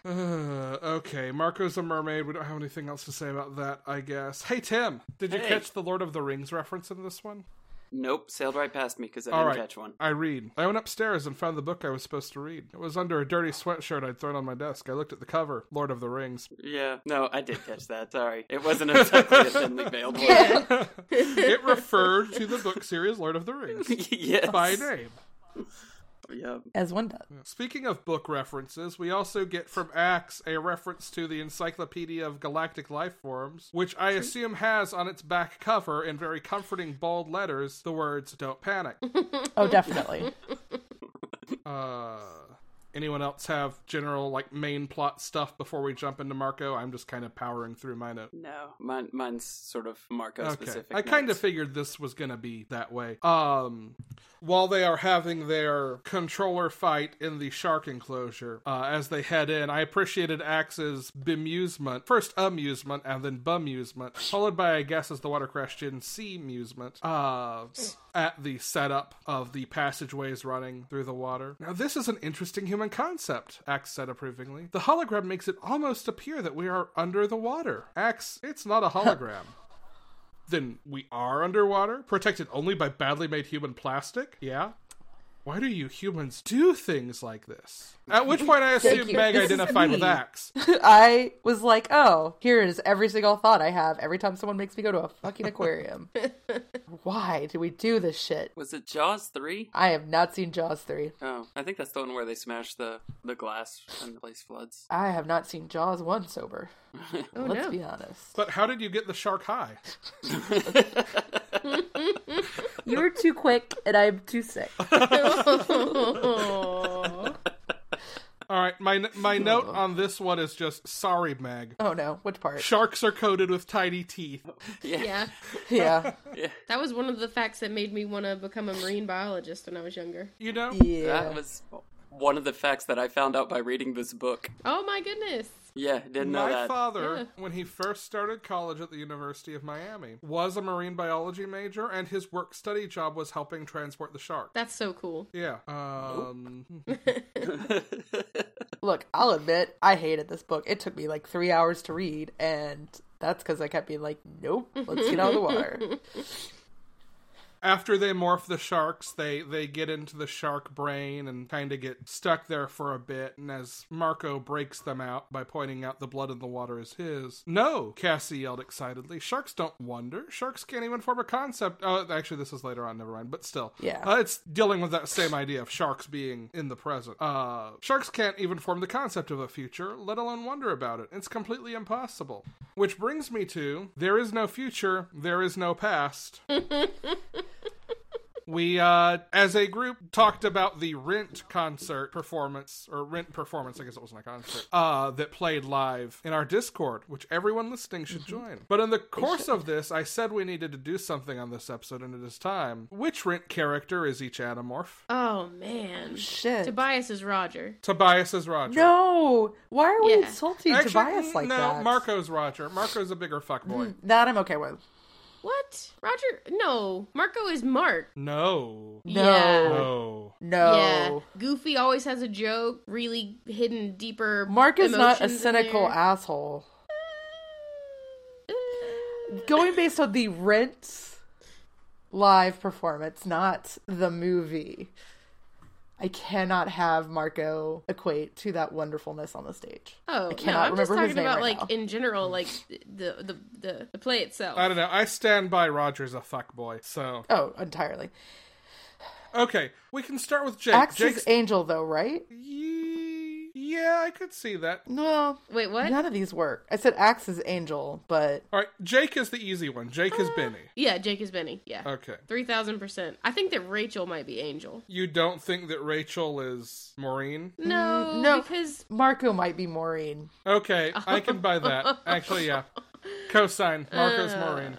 Speaker 1: Uh, okay, Marco's a mermaid. We don't have anything else to say about that, I guess. Hey, Tim, did you
Speaker 4: Hey.
Speaker 1: catch the Lord of the Rings reference in this one?
Speaker 4: Nope. Sailed right past me because I
Speaker 1: All
Speaker 4: didn't
Speaker 1: right.
Speaker 4: catch one.
Speaker 1: I read. I went upstairs and found the book I was supposed to read. It was under a dirty sweatshirt I'd thrown on my desk. I looked at the cover, Lord of the Rings.
Speaker 4: Yeah. No, I did catch that. Sorry. It wasn't exactly a thinly veiled one.
Speaker 1: it referred to the book series Lord of the Rings
Speaker 4: yes.
Speaker 1: by name.
Speaker 4: Yeah.
Speaker 3: As one does.
Speaker 1: Speaking of book references, we also get from Axe a reference to the Encyclopedia of Galactic Life Forms, which I assume has on its back cover in very comforting bold letters the words "Don't panic."
Speaker 3: Oh, definitely.
Speaker 1: Uh, anyone else have general like main plot stuff before we jump into Marco? I'm just kind of powering through my notes.
Speaker 4: No. Mine, mine's sort of Marco specific.
Speaker 1: I kind of
Speaker 4: notes.
Speaker 1: figured this was going to be that way. Um, while they are having their controller fight in the shark enclosure, uh, as they head in, I appreciated Axe's bemusement. First amusement and then bemusement, followed by, I guess, as the water crashed in, sea amusement uh, at the setup of the passageways running through the water. Now, this is an interesting human concept, Axe said approvingly. The hologram makes it almost appear that we are under the water. Axe, it's not a hologram then we are underwater, protected only by badly made human plastic? Yeah? Why do you humans do things like this? At which point I assume
Speaker 3: you.
Speaker 1: Meg
Speaker 3: This is
Speaker 1: identified with
Speaker 3: me.
Speaker 1: Axe.
Speaker 3: I was like, oh, here is every single thought I have every time someone makes me go to a fucking aquarium. Why do we do this shit?
Speaker 4: Was it Jaws 3?
Speaker 3: I have not seen Jaws 3.
Speaker 4: Oh, I think that's the one where they smash the, the glass and the place floods.
Speaker 3: I have not seen Jaws 1 sober.
Speaker 2: Oh
Speaker 3: Let's
Speaker 2: no.
Speaker 3: be honest.
Speaker 1: But how did you get the shark high?
Speaker 3: You were too quick and I'm too sick.
Speaker 1: All right, my my note on this one is just sorry, Meg.
Speaker 3: Oh no, which part?
Speaker 1: Sharks are coated with tiny teeth.
Speaker 2: Yeah.
Speaker 3: Yeah.
Speaker 2: That was one of the facts that made me want to become a marine biologist when I was younger.
Speaker 1: You know?
Speaker 3: Yeah.
Speaker 4: That was one of the facts that I found out by reading this book.
Speaker 2: Oh my goodness.
Speaker 4: Yeah, didn't know
Speaker 1: My
Speaker 4: that.
Speaker 1: father, when he first started college at the University of Miami, was a marine biology major, and his work study job was helping transport the shark.
Speaker 2: That's so cool.
Speaker 1: Yeah. Um,
Speaker 3: Look, I'll admit, I hated this book. It took me like three hours to read, and that's because I kept being like, nope, let's get out of the water.
Speaker 1: after they morph the sharks they they get into the shark brain and kind of get stuck there for a bit and as marco breaks them out by pointing out the blood in the water is his no cassie yelled excitedly sharks don't wonder sharks can't even form a concept oh actually this is later on never mind but still
Speaker 3: Yeah.
Speaker 1: Uh, it's dealing with that same idea of sharks being in the present uh sharks can't even form the concept of a future let alone wonder about it it's completely impossible which brings me to there is no future there is no past we, uh, as a group, talked about the Rent concert performance, or Rent performance, I guess it wasn't a concert, uh, that played live in our Discord, which everyone listening should
Speaker 3: Mm-hmm.
Speaker 1: join. But in the course of this, I said we needed to do something on this episode, and it is time. Which Rent character is each Animorph?
Speaker 2: Oh man.
Speaker 3: Shit.
Speaker 2: Tobias is Roger.
Speaker 1: Tobias is Roger.
Speaker 3: No! Why are we
Speaker 2: Yeah.
Speaker 3: insulting
Speaker 1: Actually,
Speaker 3: Tobias
Speaker 1: mm,
Speaker 3: like
Speaker 1: no,
Speaker 3: that? Mm.
Speaker 1: Marco's Roger. Marco's a bigger fuckboy.
Speaker 3: That I'm okay with.
Speaker 2: What? Roger? No. Marco is Mark.
Speaker 1: No.
Speaker 3: No.
Speaker 2: Yeah.
Speaker 1: No.
Speaker 2: Yeah.
Speaker 3: No.
Speaker 2: Goofy always has a joke, really hidden, deeper.
Speaker 3: Mark is not a
Speaker 2: emotions in
Speaker 3: cynical
Speaker 2: there.
Speaker 3: asshole.
Speaker 2: Uh,
Speaker 3: Going based on the Rent live performance, not the movie. I cannot have Marco equate to that wonderfulness on the stage.
Speaker 2: Oh, no,
Speaker 3: cannot
Speaker 2: I'm just
Speaker 3: remember
Speaker 2: talking
Speaker 3: his name
Speaker 2: about
Speaker 3: right
Speaker 2: like
Speaker 3: now.
Speaker 2: in general, like the the the, the play itself.
Speaker 1: I don't know. I stand by Roger's a fuckboy. So
Speaker 3: Oh, entirely.
Speaker 1: okay, we can start with Jake.
Speaker 3: Axe
Speaker 1: Uh, Jake's
Speaker 3: is Angel, though, right?
Speaker 1: Ye- yeah, I could see that.
Speaker 3: No,
Speaker 2: Wait, what?
Speaker 3: none of these work. I said Axe is Angel, but
Speaker 1: All right, Jake is the easy one. Jake
Speaker 3: Uh.
Speaker 1: is Benny.
Speaker 2: Yeah, Jake is Benny. Yeah,
Speaker 1: Okay.
Speaker 2: three thousand percent. I think that Rachel might be Angel.
Speaker 1: You don't think that Rachel is Maureen?
Speaker 2: No,
Speaker 3: Mm, no.
Speaker 2: because
Speaker 3: Marco might be Maureen.
Speaker 1: Okay, I can buy that. Actually, yeah. Cosine. Marco's
Speaker 3: Uh.
Speaker 1: Maureen.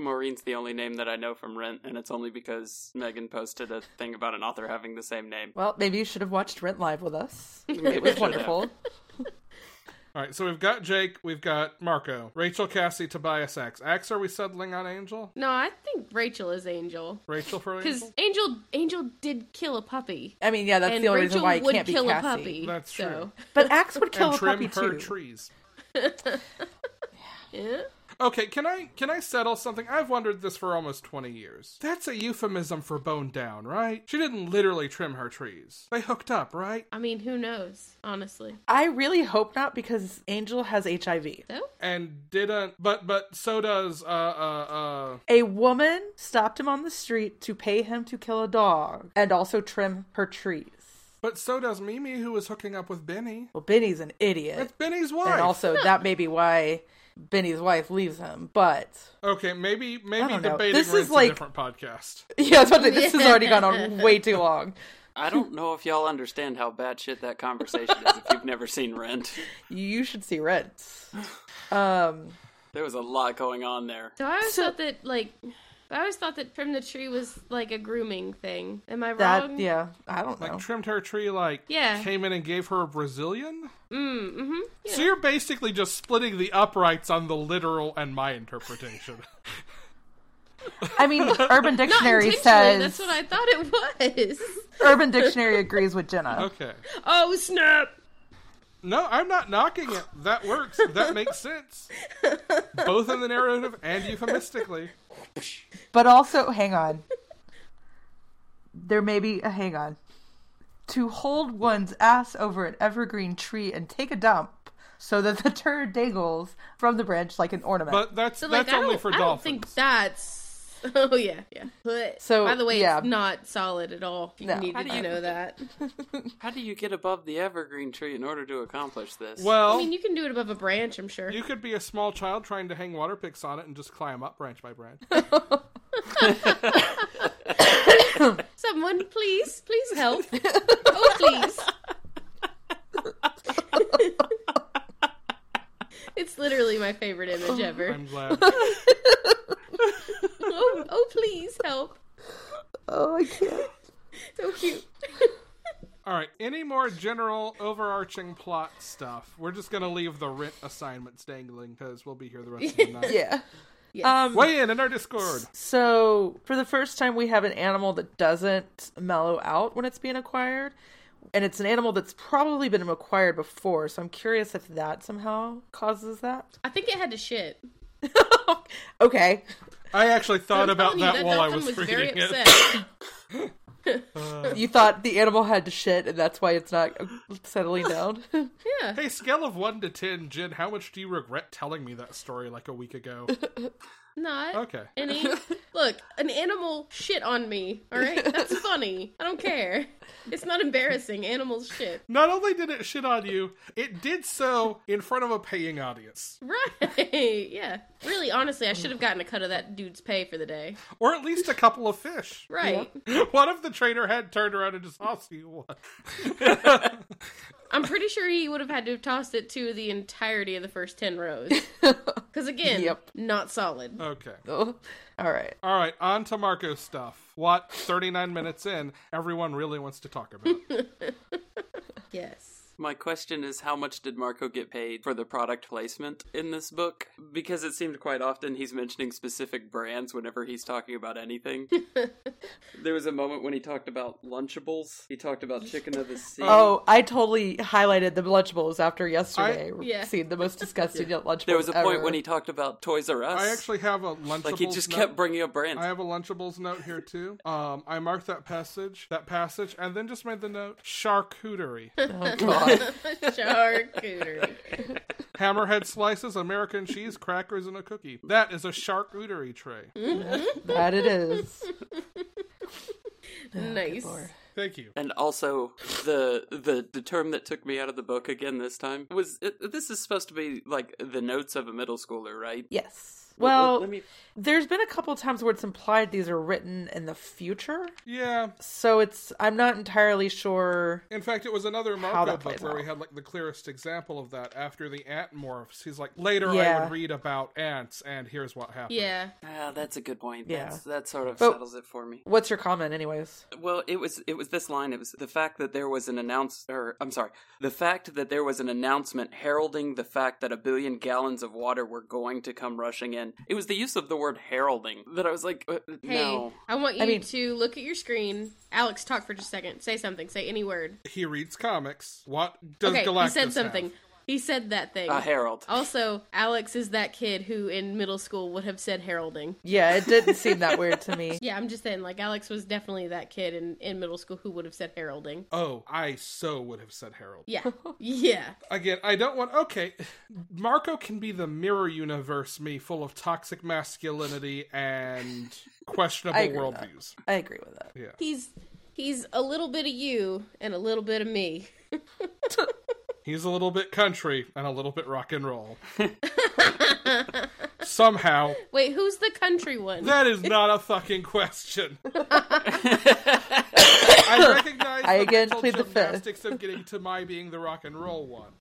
Speaker 4: Maureen's the only name that I know from Rent, and it's only because Megan posted a thing about an author having the same name.
Speaker 3: Well, maybe you should have watched Rent Live with us.
Speaker 4: Maybe
Speaker 3: It
Speaker 4: I should
Speaker 3: was
Speaker 4: have.
Speaker 3: wonderful.
Speaker 1: All right, so we've got Jake, we've got Marco, Rachel, Cassie, Tobias, Axe. Axe, are we settling on Angel?
Speaker 2: no, I think Rachel is Angel.
Speaker 1: Rachel for
Speaker 2: Because
Speaker 1: Angel?
Speaker 2: Angel Angel did kill a puppy,
Speaker 3: I mean, yeah, that's
Speaker 2: and
Speaker 3: the only
Speaker 2: Rachel
Speaker 3: reason why it
Speaker 2: would
Speaker 3: can't be
Speaker 2: kill
Speaker 3: Cassie.
Speaker 2: a puppy.
Speaker 1: That's
Speaker 2: so.
Speaker 3: But Axe would kill
Speaker 1: and
Speaker 3: a
Speaker 1: trim
Speaker 3: puppy
Speaker 1: her
Speaker 3: too.
Speaker 1: trees.
Speaker 2: Yeah.
Speaker 1: Okay, can I can I settle something? I've wondered this for almost twenty years. That's a euphemism for bone down, right? She didn't literally trim her trees. They hooked up, right?
Speaker 2: I mean, who knows? Honestly,
Speaker 3: I really hope not because Angel has HIV.
Speaker 2: so
Speaker 1: And didn't, but but so does uh uh uh.
Speaker 3: A woman stopped him on the street to pay him to kill a dog and also trim her trees.
Speaker 1: But so does Mimi, who was hooking up with Benny.
Speaker 3: Well, Benny's an idiot.
Speaker 1: That's Benny's wife.
Speaker 3: and also, that may be why Benny's wife leaves him. But
Speaker 1: okay, maybe maybe
Speaker 3: don't know.
Speaker 1: debating
Speaker 3: This is
Speaker 1: rent's
Speaker 3: like-
Speaker 1: a different podcast.
Speaker 3: yeah, I was about to say, this has already gone on way too long.
Speaker 4: I don't know if y'all understand how bad shit that conversation is if you've never seen Rent.
Speaker 3: You should see Rent. Um,
Speaker 4: There was a lot going on there.
Speaker 2: so I always
Speaker 3: So-
Speaker 2: thought that like. I always thought that trim the tree was like a grooming thing. Am I
Speaker 3: that
Speaker 2: wrong?
Speaker 3: yeah, I don't know.
Speaker 1: Like trimmed her tree, like
Speaker 2: Yeah.
Speaker 1: came in and gave her a Brazilian.
Speaker 2: Mm, hmm
Speaker 1: So you're basically just splitting the uprights on the literal and my interpretation.
Speaker 3: I mean, Urban
Speaker 2: Not
Speaker 3: Dictionary
Speaker 2: intentionally,
Speaker 3: says
Speaker 2: That's what I thought it was.
Speaker 3: Urban Dictionary agrees with Jenna.
Speaker 1: okay.
Speaker 2: Oh snap!
Speaker 1: No, I'm not knocking it. That works. That makes sense. Both in the narrative and euphemistically.
Speaker 3: But also, hang on. There may be a hang on. To hold one's ass over an evergreen tree and take a dump so that the turd dangles from the branch like an ornament.
Speaker 1: But that's
Speaker 2: So like
Speaker 1: that's
Speaker 2: I
Speaker 1: only
Speaker 2: don't,
Speaker 1: for
Speaker 2: I don't
Speaker 1: dolphins.
Speaker 2: think that's. Oh yeah, yeah. But
Speaker 3: So,
Speaker 2: by the way,
Speaker 3: yeah.
Speaker 2: it's not solid at all. You
Speaker 3: No.
Speaker 2: needed
Speaker 4: do
Speaker 2: to
Speaker 4: you-
Speaker 2: know that.
Speaker 4: How do you get above the evergreen tree in order to accomplish this?
Speaker 1: Well,
Speaker 2: I mean, you can do it above a branch, I'm sure.
Speaker 1: Oh. you could be a small child trying to hang water picks on it and just climb up branch by branch.
Speaker 2: Someone, please, please help. oh please. it's literally my favorite image ever.
Speaker 1: I'm glad.
Speaker 2: Oh, oh please help.
Speaker 3: oh, I can't.
Speaker 2: So cute.
Speaker 1: All right. Any more general overarching plot stuff? We're just gonna leave the rent assignments dangling because we'll be here the rest of the night.
Speaker 3: Yeah.
Speaker 2: Yes.
Speaker 3: Um,
Speaker 1: Weigh in in our Discord.
Speaker 3: So, for the first time, we have an animal that doesn't mellow out when it's being acquired. And it's an animal that's probably been acquired before. So, I'm curious if that somehow causes that.
Speaker 2: I think it had to shit.
Speaker 3: okay.
Speaker 1: I actually thought
Speaker 2: I'm
Speaker 1: about
Speaker 2: telling you,
Speaker 1: that, while I
Speaker 2: dolphin
Speaker 1: was,
Speaker 2: very
Speaker 1: reading it.
Speaker 2: upset.
Speaker 3: You thought the animal had to shit, and that's why it's not settling down.
Speaker 2: yeah.
Speaker 1: Hey, scale of one to ten, Jen, how much do you regret telling me that story like a week ago?
Speaker 2: Not
Speaker 1: Okay.
Speaker 2: any. Look, an animal shit on me. All right, that's funny. I don't care. It's not embarrassing. Animals shit.
Speaker 1: Not only did it shit on you, it did so in front of a paying audience.
Speaker 2: Right? Yeah. Really, honestly, I should have gotten a cut of that dude's pay for the day.
Speaker 1: Or at least a couple of fish.
Speaker 2: Right.
Speaker 1: What if the trader had turned around and just tossed you one?
Speaker 2: I'm pretty sure he would have had to have tossed it to the entirety of the first ten rows. Because again,
Speaker 3: Yep.
Speaker 2: not solid.
Speaker 1: Okay.
Speaker 3: All right.
Speaker 1: All right, on to Marco's stuff. What, 39 minutes in, everyone really wants to talk about.
Speaker 2: Yes.
Speaker 4: My question is how much did Marco get paid for the product placement in this book? Because it seemed quite often he's mentioning specific brands whenever he's talking about anything. there was a moment when he talked about Lunchables, he talked about Chicken of the Sea.
Speaker 3: Oh, I totally highlighted the Lunchables after yesterday.
Speaker 2: Yeah.
Speaker 3: Seeing the most disgusting Lunchables.
Speaker 4: there was a point
Speaker 3: ever.
Speaker 4: when he talked about Toys R Us.
Speaker 1: I actually have a lunchable.
Speaker 4: like he just kept bringing up brands.
Speaker 1: I have a Lunchables note here too. Um, I marked that passage, that passage, and then just made the note charcuterie,
Speaker 3: Oh, God.
Speaker 2: Charcuterie.
Speaker 1: hammerhead slices, American cheese, crackers, and a cookie. That is a charcuterie tray.
Speaker 4: Hmm?
Speaker 3: that it is.
Speaker 2: nice.
Speaker 3: Lord.
Speaker 1: Thank you.
Speaker 4: And also, the, the the term that took me out of the book again this time was it, this is supposed to be like the notes of a middle schooler, right?
Speaker 3: Yes.
Speaker 4: Let- let-
Speaker 3: Well,
Speaker 4: let me-
Speaker 3: there's been a couple times where it's implied these are written in the future.
Speaker 1: Yeah.
Speaker 3: So it's I'm not entirely sure.
Speaker 1: In fact, it was another
Speaker 3: How
Speaker 1: Marco book
Speaker 3: that plays
Speaker 1: where we
Speaker 3: out.
Speaker 1: had like the clearest example of that after the ant morphs. He's like, later I
Speaker 3: Yeah.
Speaker 1: would read about ants, and here's what happened.
Speaker 2: Yeah.
Speaker 4: Ah, that's a good point.
Speaker 3: Yeah.
Speaker 4: That's, that sort of
Speaker 3: But-
Speaker 4: settles it for me.
Speaker 3: What's your comment anyways?
Speaker 4: Well, it was it was this line. It was the fact that there was an announce, or I'm sorry, the fact that there was an announcement heralding the fact that a billion gallons of water were going to come rushing in. It was the use of the word heralding that I was like, uh,
Speaker 2: Hey,
Speaker 4: no.
Speaker 2: I want you
Speaker 3: I mean-
Speaker 2: to look at your screen. Alex, talk for just a second. Say something. Say any word.
Speaker 1: He reads comics. What does
Speaker 2: okay,
Speaker 1: Galactus
Speaker 2: he said
Speaker 1: have?
Speaker 2: something. He said that thing.
Speaker 3: Uh,
Speaker 4: A herald.
Speaker 2: also, Alex is that kid who in middle school would have said heralding.
Speaker 3: Yeah, it didn't seem that weird to me.
Speaker 2: Yeah, I'm just saying, like, Alex was definitely that kid in, in middle school who would have said heralding.
Speaker 1: Oh, I so would have said Harold.
Speaker 2: Yeah. yeah.
Speaker 1: Again, I don't want. Okay, Marco can be the mirror universe me, full of toxic masculinity and questionable
Speaker 3: I agree with that.
Speaker 1: worldviews.
Speaker 3: I agree with that.
Speaker 2: He's he's a little bit of you and a little bit of me.
Speaker 1: He's a little bit country and a little bit rock and roll. Somehow,
Speaker 2: Wait, who's the country one?
Speaker 1: that is not a fucking question. I recognize
Speaker 3: I
Speaker 1: the
Speaker 3: again
Speaker 1: mental
Speaker 3: plead the fifth.
Speaker 1: gymnastics of getting to my being the rock and roll one.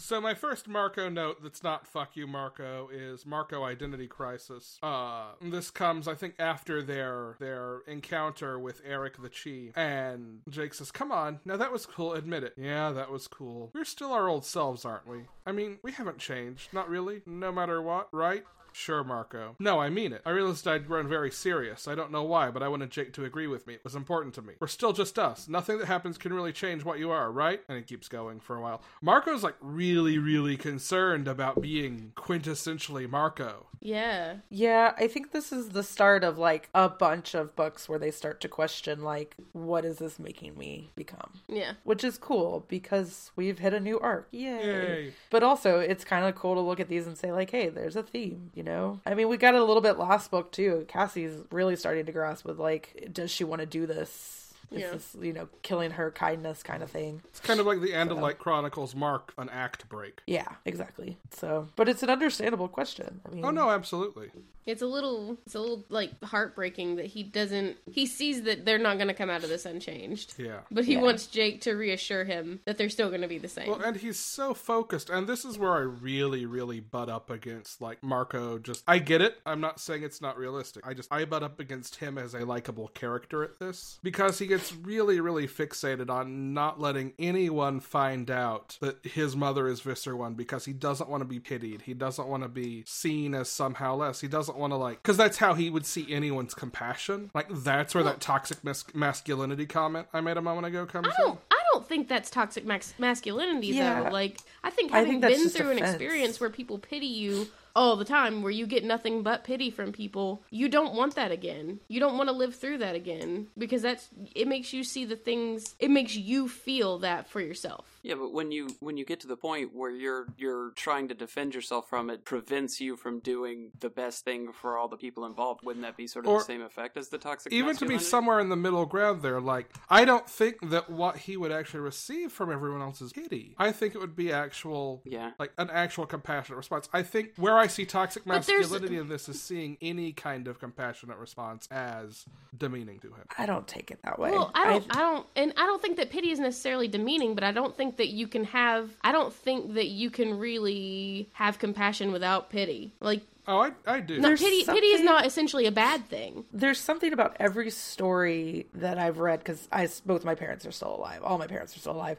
Speaker 1: So my first Marco note that's not fuck you Marco is Marco identity crisis. Uh this comes I think after their their encounter with Eric the Chi and Jake says, "Come on, now that was cool, admit it." Yeah, that was cool. We're still our old selves, aren't we? I mean, we haven't changed, not really, no matter what, right? Sure, Marco. No, I mean it. I realized I'd grown very serious. I don't know why, but I wanted Jake to agree with me. It was important to me. We're still just us. Nothing that happens can really change what you are, right? And it keeps going for a while. Marco's like really, really concerned about being quintessentially Marco.
Speaker 2: yeah.
Speaker 3: Yeah, I think this is the start of like a bunch of books where they start to question like what is this making me become?
Speaker 2: Yeah.
Speaker 3: Which is cool because we've hit a new arc. Yay.
Speaker 1: Yay.
Speaker 3: But also, it's kind of cool to look at these and say, like, hey, there's a theme, you know? I mean, we got it a little bit last book, too. Cassie's really starting to grasp with, like, does she want to do this? Is
Speaker 2: Yeah.
Speaker 3: this, you know, killing her kindness kind of thing?
Speaker 1: It's kind of like the end of Light Chronicles mark an act break.
Speaker 3: Yeah, exactly. So, but it's an understandable question. I mean,
Speaker 1: Oh no, absolutely.
Speaker 2: It's a little it's a little like heartbreaking that he doesn't he sees that they're not gonna come out of this unchanged.
Speaker 1: Yeah.
Speaker 2: But he
Speaker 3: Yeah.
Speaker 2: wants Jake to reassure him that they're still gonna be the same.
Speaker 1: Well, and he's so focused, and this is where I really, really butt up against like Marco. Just I get it. I'm not saying it's not realistic. I just I butt up against him as a likable character at this because he gets really, really fixated on not letting anyone find out that his mother is Visser One because he doesn't want to be pitied. He doesn't want to be seen as somehow less. He doesn't want to like because that's how he would see anyone's compassion. Like that's where that toxic mas- masculinity comment I made a moment ago comes.
Speaker 2: I
Speaker 1: in.
Speaker 2: don't I don't think that's toxic max- masculinity
Speaker 3: Yeah.
Speaker 2: though. Like I think
Speaker 3: I
Speaker 2: having
Speaker 3: think that's
Speaker 2: been
Speaker 3: just
Speaker 2: through an
Speaker 3: offense.
Speaker 2: experience where people pity you all the time, where you get nothing but pity from people, you don't want that again. You don't want to live through that again because that's it makes you see the things it makes you feel that for yourself.
Speaker 4: Yeah, but when you when you get to the point where you're you're trying to defend yourself from it, prevents you from doing the best thing for all the people involved. Wouldn't that be sort of
Speaker 1: Or-
Speaker 4: the same effect as the toxic?
Speaker 1: even to be
Speaker 4: masculinity?
Speaker 1: somewhere in the middle ground there like i don't think that what he would actually receive from everyone else is pity i think it would be actual
Speaker 4: Yeah.
Speaker 1: like an actual compassionate response i think where i see toxic
Speaker 2: But there's-
Speaker 1: masculinity in this is seeing any kind of compassionate response as demeaning to him
Speaker 3: I don't take it that way.
Speaker 2: Well, I don't, I, don't, and I don't think that pity is necessarily demeaning, but I don't think that you can have, I don't think that you can really have compassion without pity. Like,
Speaker 1: Oh, I, I do.
Speaker 2: No,
Speaker 1: No,
Speaker 3: There's
Speaker 2: pity, pity is
Speaker 3: something-
Speaker 2: not essentially a bad thing.
Speaker 3: There's something about every story that I've read because I both my parents are still alive. All my parents are still alive.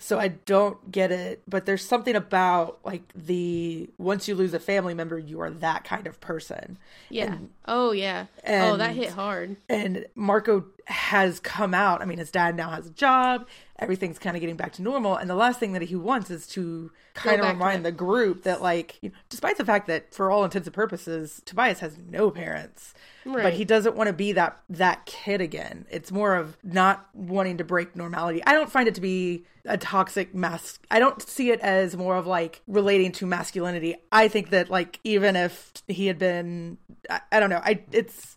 Speaker 3: So I don't get it, but there's something about like the once you lose a family member, you are that kind of person.
Speaker 2: Yeah. oh yeah. oh, that hit hard.
Speaker 3: and Marco has come out. I mean, his dad now has a job. Everything's kind of getting back to normal. And the last thing that he wants is to kind
Speaker 2: back
Speaker 3: of
Speaker 2: to
Speaker 3: remind the group that, like, you know, despite the fact that for all intents and purposes, Tobias has no parents,
Speaker 2: Right.
Speaker 3: but he doesn't want to be that that kid again. It's more of not wanting to break normality. I don't find it to be a toxic mask. I don't see it as more of like relating to masculinity. I think that like even if he had been, I, I don't know. I it's.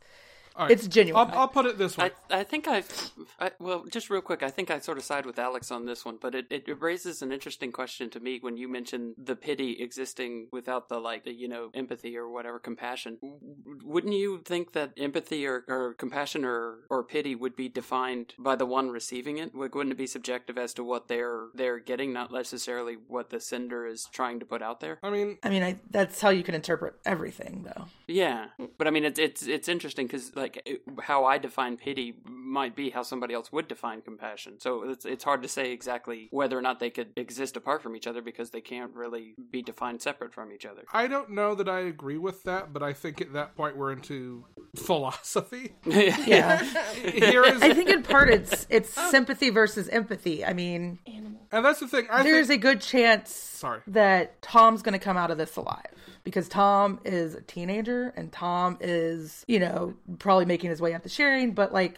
Speaker 3: It's genuine.
Speaker 1: I'll, I'll put it this way.
Speaker 4: I, I think I've, I, well, just real quick, I think I sort of side with Alex on this one, but it, it raises an interesting question to me when you mention the pity existing without the, like, the, you know, empathy or whatever, compassion. W- Wouldn't you think that empathy or, or compassion or, or pity would be defined by the one receiving it? Like, wouldn't it be subjective as to what they're, they're getting, not necessarily what the sender is trying to put out there?
Speaker 1: I mean,
Speaker 3: I mean, I, that's how you can interpret everything, though.
Speaker 4: Yeah, but I mean, it's it's it's interesting because like it, how I define pity might be how somebody else would define compassion. So it's it's hard to say exactly whether or not they could exist apart from each other because they can't really be defined separate from each other.
Speaker 1: I don't know that I agree with that, but I think at that point we're into philosophy.
Speaker 3: Yeah,
Speaker 1: Here is,
Speaker 3: I think in part it's it's sympathy versus empathy. I mean,
Speaker 1: and that's the thing. I
Speaker 3: there's
Speaker 1: think,
Speaker 3: a good chance
Speaker 1: Sorry.
Speaker 3: that Tom's going to come out of this alive because Tom is a teenager and Tom is, you know, probably making his way up to sharing, but like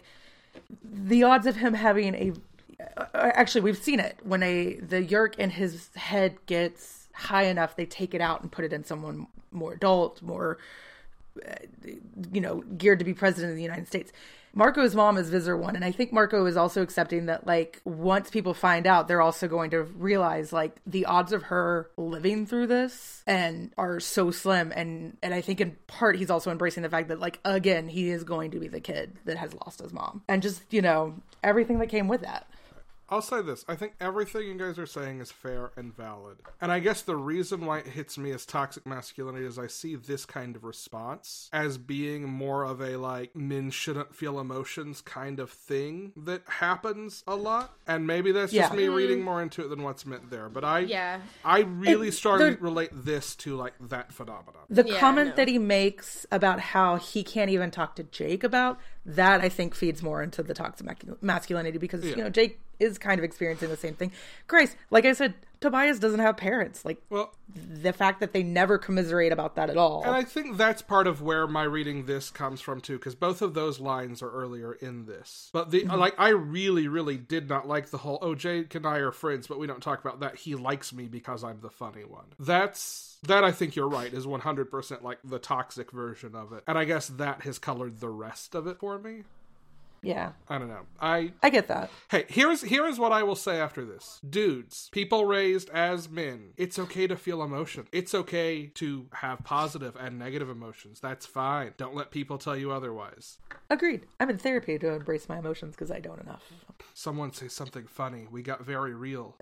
Speaker 3: the odds of him having a uh, actually we've seen it when a the yerk in his head gets high enough they take it out and put it in someone more adult more you know, geared to be president of the United States. Marco's mom is Visor One, and I think Marco is also accepting that, like, once people find out, they're also going to realize, like, the odds of her living through this and are so slim. And and I think in part he's also embracing the fact that, like, again, he is going to be the kid that has lost his mom, and just you know everything that came with that.
Speaker 1: I'll say this. I think everything you guys are saying is fair and valid. And I guess the reason why it hits me as toxic masculinity is I see this kind of response as being more of a like men shouldn't feel emotions kind of thing that happens a lot. And maybe that's just
Speaker 3: Yeah.
Speaker 1: me reading more into it than what's meant there. But I
Speaker 2: Yeah.
Speaker 1: I really strongly
Speaker 3: there-
Speaker 1: relate this to like that phenomenon.
Speaker 3: The
Speaker 2: Yeah, I know.
Speaker 3: comment that he makes about how he can't even talk to Jake about that, I think, feeds more into the toxic macu- masculinity because you know Jake is kind of experiencing the same thing. Grace, like I said, Tobias doesn't have parents. Like
Speaker 1: Well,
Speaker 3: the fact that they never commiserate about that at all.
Speaker 1: And I think that's part of where my reading this comes from too, because both of those lines are earlier in this. But the like, I really, really did not like the whole "Oh, Jake and I are friends, but we don't talk about that." He likes me because I'm the funny one. That's that. I think you're right. Is 100 percent like the toxic version of it, and I guess that has colored the rest of it for me.
Speaker 3: yeah,
Speaker 1: I don't know. I
Speaker 3: I get that.
Speaker 1: Hey, here's here is what I will say after this. Dudes, people raised as men, it's okay to feel emotion. It's okay to have positive and negative emotions. That's fine. Don't let people tell you otherwise.
Speaker 3: Agreed. I'm in therapy to embrace my emotions because I don't enough.
Speaker 1: Someone say something funny. We got very real.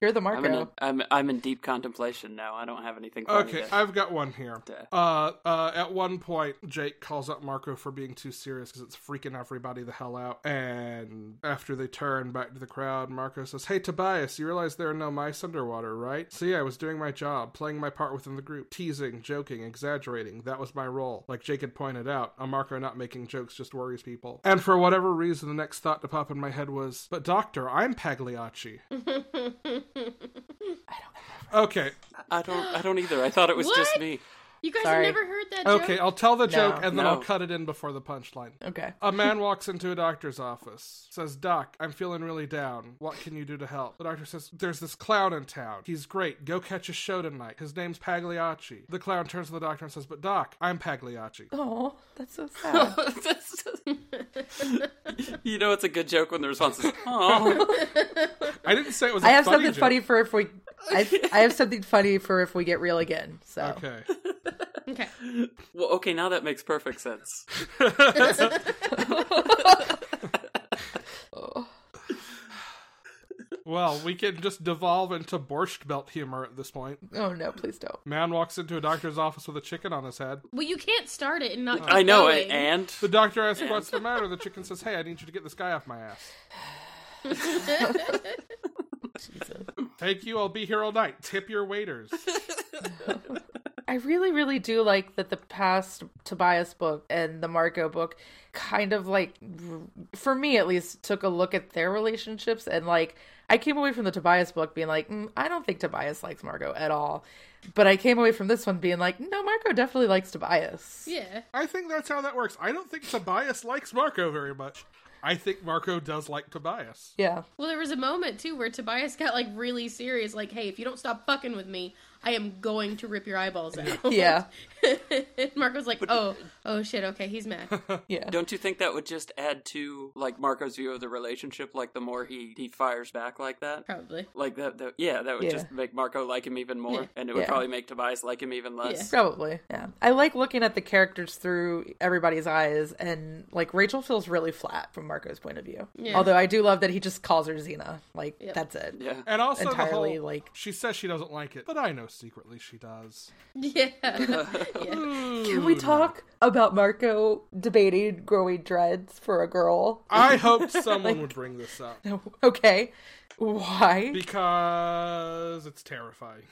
Speaker 3: You're the
Speaker 4: I'm in, a,
Speaker 3: Marco.
Speaker 4: I'm I'm in deep contemplation now. I don't have anything. Funny
Speaker 1: Okay,
Speaker 4: to-
Speaker 1: I've got one here. Uh, uh, at one point, Jake calls out Marco for being too serious because it's freaking everybody the hell out. And after they turn back to the crowd, Marco says, Hey, Tobias, you realize there are no mice underwater, right? So yeah, I was doing my job, playing my part within the group, teasing, joking, exaggerating. That was my role. Like Jake had pointed out, a Marco not making jokes just worries people. And for whatever reason, the next thought to pop in my head was, But doctor, I'm Pagliacci. Okay,
Speaker 4: I don't I don't either. I thought it was just
Speaker 2: What?
Speaker 4: me.
Speaker 2: You guys
Speaker 3: Sorry.
Speaker 2: have never heard that joke?
Speaker 1: okay, I'll tell the joke and then
Speaker 4: No.
Speaker 1: I'll cut it in before the punchline.
Speaker 3: okay.
Speaker 1: A man walks into a doctor's office. Says, Doc, I'm feeling really down. What can you do to help? The doctor says, There's this clown in town. He's great. Go catch a show tonight. His name's Pagliacci. The clown turns to the doctor and says, But Doc, I'm Pagliacci.
Speaker 3: Oh, that's so sad.
Speaker 4: you know, it's a good joke when the response is, "Oh,
Speaker 1: I didn't say it was a
Speaker 3: I have
Speaker 1: funny
Speaker 3: something
Speaker 1: joke.
Speaker 3: funny for if we. I, I have something funny for if we get real again. So.
Speaker 1: Okay.
Speaker 2: Okay.
Speaker 4: well, okay, now that makes perfect sense."
Speaker 1: Well, we can just devolve into borscht belt humor at this point.
Speaker 3: Oh no, please don't.
Speaker 1: Man walks into a doctor's office with a chicken on his head.
Speaker 2: Well, you can't start it and not. Keep
Speaker 4: I know
Speaker 2: going.
Speaker 4: it. And
Speaker 1: The doctor asks, What's the matter? The chicken says, Hey, I need you to get this guy off my ass.
Speaker 3: Jesus.
Speaker 1: Thank you, I'll be here all night. Tip your waiters.
Speaker 3: I really, really do like that the past Tobias book and the Marco book kind of like, r- for me at least, took a look at their relationships. And like, I came away from the Tobias book being like, mm, I don't think Tobias likes Marco at all. But I came away from this one being like, no, Marco definitely likes Tobias.
Speaker 2: Yeah.
Speaker 1: I think that's how that works. I don't think Tobias likes Marco very much. I think Marco does like Tobias.
Speaker 3: Yeah.
Speaker 2: Well, there was a moment too where Tobias got like really serious, like, "Hey, if you don't stop fucking with me, I am going to rip your eyeballs out."
Speaker 3: Yeah.
Speaker 2: and Mark was like, "Oh, oh shit, okay, he's mad."
Speaker 3: Yeah.
Speaker 4: don't you think that would just add to like Marco's view of the relationship? Like the more he he fires back like that.
Speaker 2: Probably.
Speaker 4: Like that, that yeah, that would
Speaker 3: Yeah.
Speaker 4: just make Marco like him even more, and it would
Speaker 3: Yeah.
Speaker 4: probably make Tobias like him even less.
Speaker 3: Probably. Yeah. I like looking at the characters through everybody's eyes, and like Rachel feels really flat from Marco's point of view.
Speaker 2: Yeah.
Speaker 3: Although I do love that he just calls her Xena. Like,
Speaker 2: Yep.
Speaker 3: that's it.
Speaker 4: Yeah.
Speaker 1: And also,
Speaker 3: Entirely,
Speaker 1: the whole,
Speaker 3: like-
Speaker 1: she says she doesn't like it, but I know secretly she does.
Speaker 2: Yeah. yeah.
Speaker 3: Can we talk about Marco debating growing dreads for a girl?
Speaker 1: I hoped someone would bring this up
Speaker 3: Okay. Why?
Speaker 1: because it's terrifying.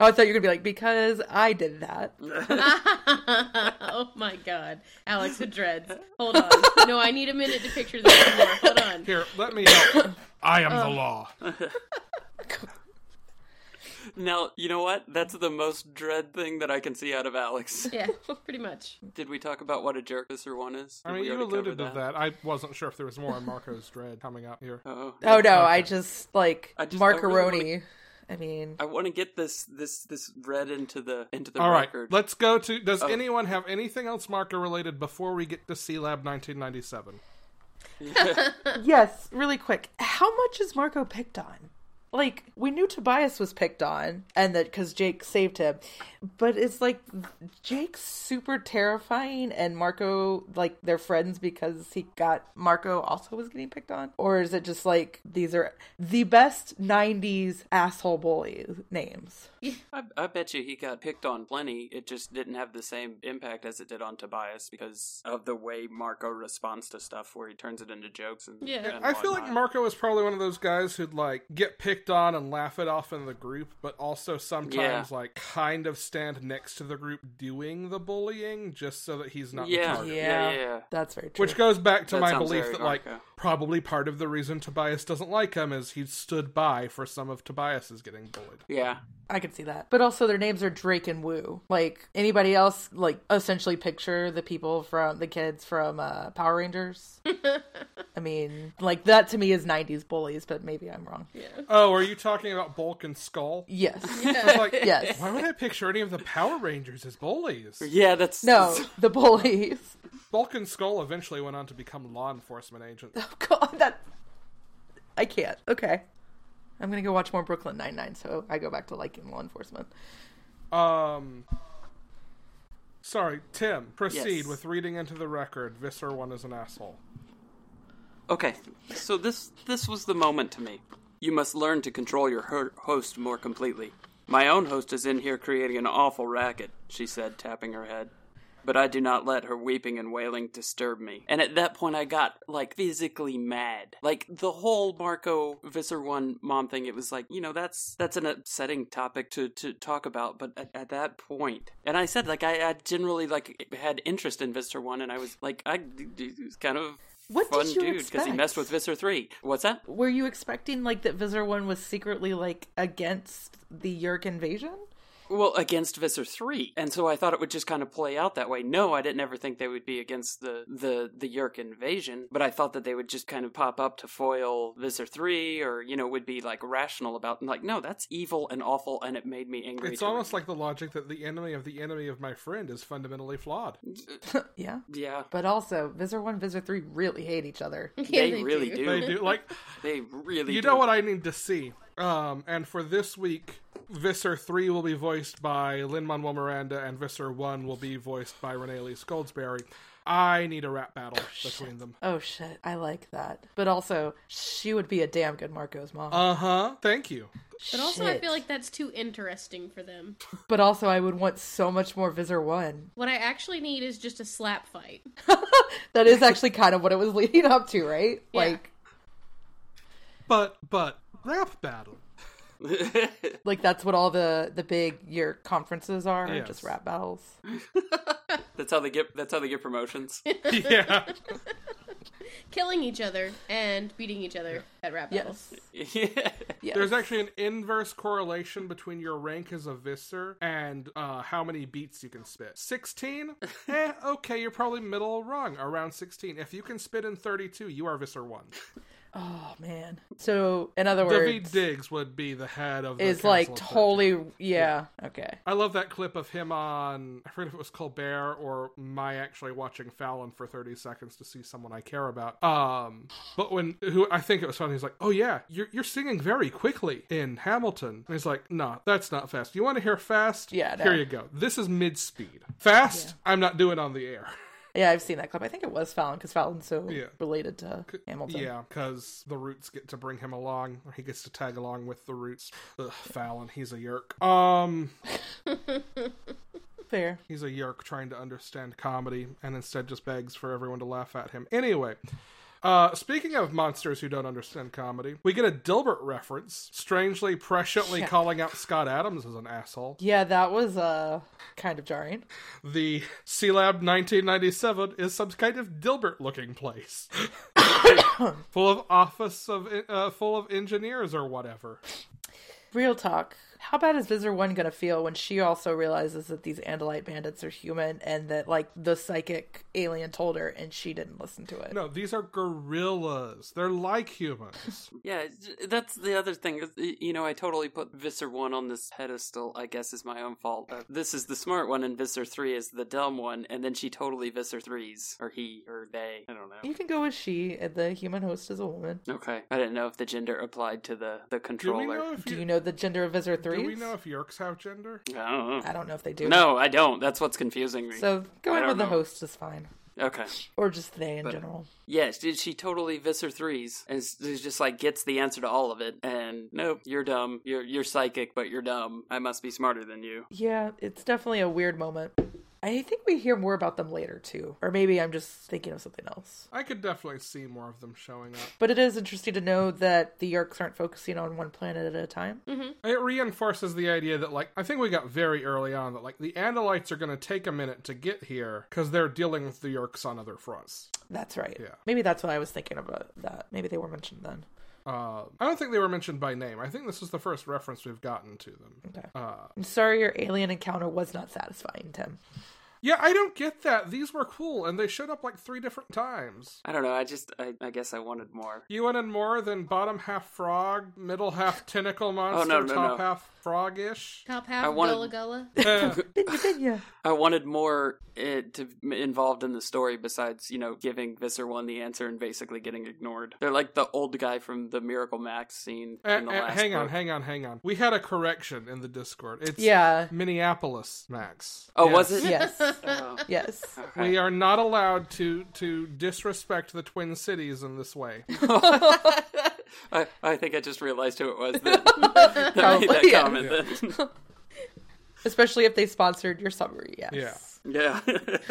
Speaker 3: oh, I thought you were going to be like, because I did that.
Speaker 2: oh my god, Alex with dreads. Hold on. No, I need a minute to picture this more. Hold on.
Speaker 1: Here, let me help. I am the law.
Speaker 4: Now, you know what? That's the most dread thing that I can see out of Alex.
Speaker 2: Yeah, pretty much.
Speaker 4: Did we talk about what a jerk Mr. One is? Did
Speaker 1: I mean,
Speaker 4: we
Speaker 1: you
Speaker 4: already
Speaker 1: alluded
Speaker 4: cover
Speaker 1: to that. I wasn't sure if there was more on Marco's Dread coming up here.
Speaker 4: Oh.
Speaker 3: Oh, no. I just, like,
Speaker 4: I just- I really
Speaker 3: Marcaroni.
Speaker 4: wanna-
Speaker 3: I mean,
Speaker 4: I want to get this this this read into the into the
Speaker 1: All right,
Speaker 4: record. Oh.
Speaker 1: let's go to. Does anyone have anything else Marco related before we get to C Lab 1997?
Speaker 3: Yes, really quick. How much is Marco picked on? Like, we knew Tobias was picked on, and that because Jake saved him, but it's like Jake's super terrifying, and Marco, like, they're friends because he got Marco also was getting picked on? Or is it just like these are the best 90s asshole bully names?
Speaker 4: I, I bet you he got picked on plenty. It just didn't have the same impact as it did on Tobias because of the way Marco responds to stuff, where he turns it into jokes. And,
Speaker 2: Yeah.
Speaker 4: and
Speaker 1: I feel like
Speaker 4: whatnot.
Speaker 1: Marco is probably one of those guys who'd like get picked on and laugh it off in the group, but also sometimes like kind of stand next to the group doing the bullying just so that he's not. the
Speaker 4: Yeah,
Speaker 1: target.
Speaker 4: yeah,
Speaker 3: Yeah.
Speaker 4: yeah.
Speaker 3: That's very true.
Speaker 1: Which goes back to
Speaker 4: That
Speaker 1: my
Speaker 4: sounds
Speaker 1: belief
Speaker 4: very
Speaker 1: that, like,
Speaker 4: Marco.
Speaker 1: probably part of the reason Tobias doesn't like him is he stood by for some of Tobias's getting bullied.
Speaker 4: yeah.
Speaker 3: I can see that. But also their names are Drake and Wu. Like anybody else like essentially picture the people from the kids from uh Power Rangers. I mean, like that to me is 90s bullies, but maybe I'm wrong.
Speaker 1: Oh, are you talking about Bulk and Skull?
Speaker 3: Yes.
Speaker 1: I was like,
Speaker 3: yes.
Speaker 1: Why would I picture any of the Power Rangers as bullies?
Speaker 4: Yeah, that's
Speaker 3: No, the bullies.
Speaker 1: Bulk and Skull eventually went on to become law enforcement agents.
Speaker 3: Oh god, that I can't. Okay. I'm going to go watch more Brooklyn 99, so I go back to liking law enforcement.
Speaker 1: Um, sorry, Tim, proceed
Speaker 4: Yes.
Speaker 1: with reading into the record. Visser one is an asshole.
Speaker 4: Okay, so this this was the moment to me. You must learn to control your her- host more completely. My own host is in here creating an awful racket, she said, tapping her head. But I do not let her weeping and wailing disturb me. And at that point, I got like physically mad. Like the whole Marco Visser one mom thing. It was like you know that's that's an upsetting topic to to talk about. But at, at that point, and I said like I, I generally like had interest in Visser one, and I was like I d- d- was kind of
Speaker 3: What
Speaker 4: fun
Speaker 3: did you
Speaker 4: dude because he
Speaker 3: expect?
Speaker 4: messed with Visser three. What's that?
Speaker 3: Were you expecting like that Visor 1 was secretly like against the Yurk invasion?
Speaker 4: Well, against Visser three, and so I thought it would just kind of play out that way. No, I didn't ever think they would be against the the the Yerk invasion, but I thought that they would just kind of pop up to foil Visser three, or you know, would be like rational about like, no, that's evil and awful, and it made me angry.
Speaker 1: It's
Speaker 4: to
Speaker 1: almost
Speaker 4: read.
Speaker 1: like the logic that the enemy of the enemy of my friend is fundamentally flawed.
Speaker 3: Yeah.
Speaker 4: yeah,
Speaker 3: But also, Visor 1, Visor 3 really hate each other.
Speaker 4: they, really do.
Speaker 1: They do like
Speaker 4: They really.
Speaker 1: you
Speaker 4: do.
Speaker 1: know what I need to see. Um, and for this week, Visser three will be voiced by Lin Manuel Miranda, and Visser one will be voiced by Renee Lee Goldsberry. I need a rap battle between them.
Speaker 3: Oh shit, I like that. But also, she would be a damn good Marco's mom.
Speaker 1: Uh huh. Thank you.
Speaker 2: But also, I
Speaker 3: Shit.
Speaker 2: feel like that's too interesting for them.
Speaker 3: But also, I would want so much more Visor One.
Speaker 2: What I actually need is just a slap fight.
Speaker 3: That is actually kind of what it was leading up to, right?
Speaker 2: Yeah.
Speaker 3: Like,
Speaker 1: But but rap battle.
Speaker 3: like that's what all the the big year conferences are,
Speaker 1: Yes.
Speaker 3: just rap battles.
Speaker 4: that's how they get. That's how they get promotions.
Speaker 1: Yeah.
Speaker 2: Killing each other and beating each other at rap battles.
Speaker 3: Yes.
Speaker 4: yeah.
Speaker 3: Yes.
Speaker 1: There's actually an inverse correlation between your rank as a viscer and uh, how many beats you can spit. 16? eh, okay, you're probably middle rung around 16. If you can spit in 32, you are viscer 1.
Speaker 3: oh man. So in other
Speaker 1: David
Speaker 3: words,
Speaker 1: Diggs would be the head of the
Speaker 3: is
Speaker 1: Council
Speaker 3: like
Speaker 1: of Thirteen.
Speaker 3: totally yeah. Okay.
Speaker 1: I love that clip of him on, I forget if it was Colbert or my actually watching Fallon for 30 seconds to see someone I care about. Um, but when, who I think it was funny, he's like, oh yeah, you're, you're singing very quickly in Hamilton. And he's like, nah, that's not fast. You want to hear fast?
Speaker 3: Yeah, no.
Speaker 1: Here you go. This is mid speed. Fast, I'm not doing on the air.
Speaker 3: Yeah, I've seen that clip. I think it was Fallon because Fallon's so
Speaker 1: Yeah.
Speaker 3: related to Hamilton.
Speaker 1: Yeah, because the Roots get to bring him along, or he gets to tag along with the Roots. Ugh, Fallon, he's a yerk. Um,
Speaker 3: Fair.
Speaker 1: He's a yerk trying to understand comedy and instead just begs for everyone to laugh at him. Anyway, uh, speaking of monsters who don't understand comedy, we get a Dilbert reference, strangely presciently
Speaker 3: Yeah.
Speaker 1: calling out Scott Adams as an asshole.
Speaker 3: Yeah, that was uh kind of jarring.
Speaker 1: The C Lab 1997 is some kind of Dilbert looking place. full of office of uh, full of engineers or whatever.
Speaker 3: Real talk. How bad is Visor One gonna feel when she also realizes that these Andalite bandits are human and that like the psychic alien told her and she didn't listen to it?
Speaker 1: No, these are gorillas. They're like humans.
Speaker 4: Yeah, j- that's the other thing. is, y- You know, I totally put Visser 1 on this pedestal, I guess is my own fault. Uh, this is the smart one, and Visser 3 is the dumb one, and then she totally Visser 3s, or he, or they. I don't know.
Speaker 3: You can go with she. and The human host is a woman.
Speaker 4: Okay. I didn't know if the gender applied to the,
Speaker 1: Do
Speaker 4: the
Speaker 1: we
Speaker 4: controller.
Speaker 1: know if
Speaker 3: Do
Speaker 1: you,
Speaker 3: you know the gender of Visor
Speaker 1: do
Speaker 3: Three?
Speaker 1: we know if yerks have gender?
Speaker 4: I don't know.
Speaker 3: I don't know if they do.
Speaker 4: No, I don't. That's what's confusing me.
Speaker 3: So
Speaker 4: I
Speaker 3: going
Speaker 4: don't
Speaker 3: with the
Speaker 4: know.
Speaker 3: host is fine,
Speaker 4: Okay.
Speaker 3: or just they in
Speaker 4: But-
Speaker 3: general.
Speaker 4: Yes, did she totally Visser 3s and s- is just like gets the answer to all of it and nope, you're dumb. You're you're psychic, but you're dumb. I must be smarter than you.
Speaker 3: Yeah, it's definitely a weird moment. I think we hear more about them later too, or maybe I'm just thinking of something else.
Speaker 1: I could definitely see more of them showing up.
Speaker 3: But it is interesting to know that the Yerks aren't focusing on one planet at a time.
Speaker 1: It reinforces the idea that, like, I think we got very early on that, like, the Andalites are going to take a minute to get here because they're dealing with the Yerks on other fronts.
Speaker 3: That's right.
Speaker 1: Yeah.
Speaker 3: Maybe that's what I was thinking about. That maybe they were mentioned then.
Speaker 1: Uh, I don't think they were mentioned by name. I think this is the first reference we've gotten to them.
Speaker 3: Okay.
Speaker 1: Uh,
Speaker 3: I'm sorry, your alien encounter was not satisfying, Tim.
Speaker 1: yeah, I don't get that. These were cool, and they showed up like three different times.
Speaker 4: I don't know. I just I, I guess I wanted more.
Speaker 1: You wanted more than bottom half frog, middle half tentacle monster,
Speaker 4: Oh, no, no,
Speaker 1: top
Speaker 4: no.
Speaker 1: half frog-ish.
Speaker 2: Top half
Speaker 4: I wanted-
Speaker 2: Gullah Gullah.
Speaker 1: Uh,
Speaker 3: Didn't you? Didn't you?
Speaker 4: I wanted more uh, to involved in the story besides you know giving Visser one the answer and basically getting ignored. They're like the old guy from the Miracle Max scene
Speaker 1: Uh,
Speaker 4: in the
Speaker 1: uh,
Speaker 4: last.
Speaker 1: hang on,
Speaker 4: book.
Speaker 1: hang on, hang on. We had a correction in the Discord. It's
Speaker 3: Yeah.
Speaker 1: Minneapolis, Max.
Speaker 4: Oh, was
Speaker 1: Yes.
Speaker 4: it?
Speaker 3: Yes.
Speaker 4: Oh,
Speaker 3: yes.
Speaker 4: okay.
Speaker 1: We are not allowed to to disrespect the Twin Cities in this way.
Speaker 4: I, I think I just realized who it was that, that made that
Speaker 3: Probably, yeah.
Speaker 4: comment. Then.
Speaker 3: Especially if they sponsored your summary. Yes.
Speaker 1: Yeah.
Speaker 4: yeah.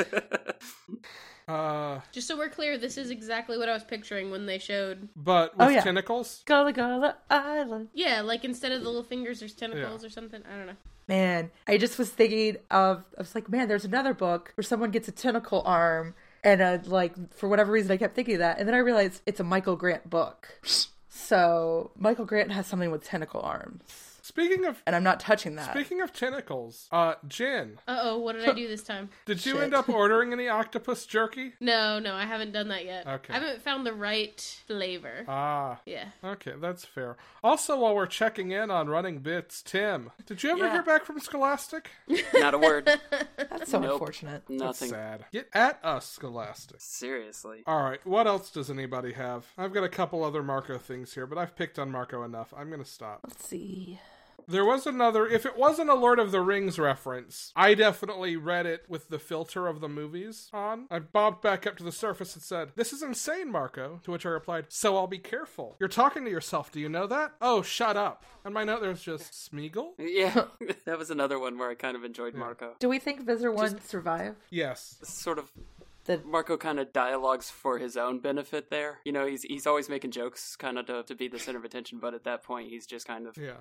Speaker 1: Uh,
Speaker 2: Just so we're clear, this is exactly what I was picturing when they showed.
Speaker 1: but with
Speaker 3: Oh, yeah.
Speaker 1: tentacles,
Speaker 3: Gullah Gullah Island.
Speaker 2: Yeah, like instead of the little fingers, there's tentacles or something. I don't know.
Speaker 3: Man, I just was thinking of, I was like, man, there's another book where someone gets a tentacle arm. And uh, like, for whatever reason, I kept thinking of that. And then I realized it's a Michael Grant book. So Michael Grant has something with tentacle arms.
Speaker 1: speaking of
Speaker 3: And I'm not touching that.
Speaker 1: speaking of tentacles, uh, Jen,
Speaker 2: Uh oh, what did I do this time?
Speaker 1: did you
Speaker 3: Shit.
Speaker 1: end up ordering any octopus jerky?
Speaker 2: No, no, I haven't done that yet.
Speaker 1: Okay.
Speaker 2: I haven't found the right flavor.
Speaker 1: Ah,
Speaker 2: yeah.
Speaker 1: okay, that's fair. Also, while we're checking in on running bits, Tim, did you ever
Speaker 3: Yeah.
Speaker 1: hear back from Scholastic?
Speaker 4: Not a word.
Speaker 3: That's so
Speaker 4: Nope.
Speaker 3: unfortunate.
Speaker 4: Nothing.
Speaker 1: Sad. Get at us, Scholastic.
Speaker 4: Seriously.
Speaker 1: All right, what else does anybody have? I've got a couple other Marco things here, but I've picked on Marco enough. I'm gonna stop.
Speaker 3: Let's see.
Speaker 1: There was another, if it wasn't a Lord of the Rings reference, I definitely read it with the filter of the movies on. I bobbed back up to the surface and said, This is insane, Marco. To which I replied, So I'll be careful. You're talking to yourself, do you know that? Oh, shut up. And my note there was just, Smeagol?
Speaker 4: Yeah, that was another one where I kind of enjoyed Marco.
Speaker 3: Do we think Visor 1 survive?
Speaker 1: Yes.
Speaker 4: Sort of
Speaker 3: The
Speaker 4: Marco kind of dialogues for his own benefit there. You know, he's he's always making jokes kind of to, to be the center of attention, but at that point he's just kind of,
Speaker 1: Yeah.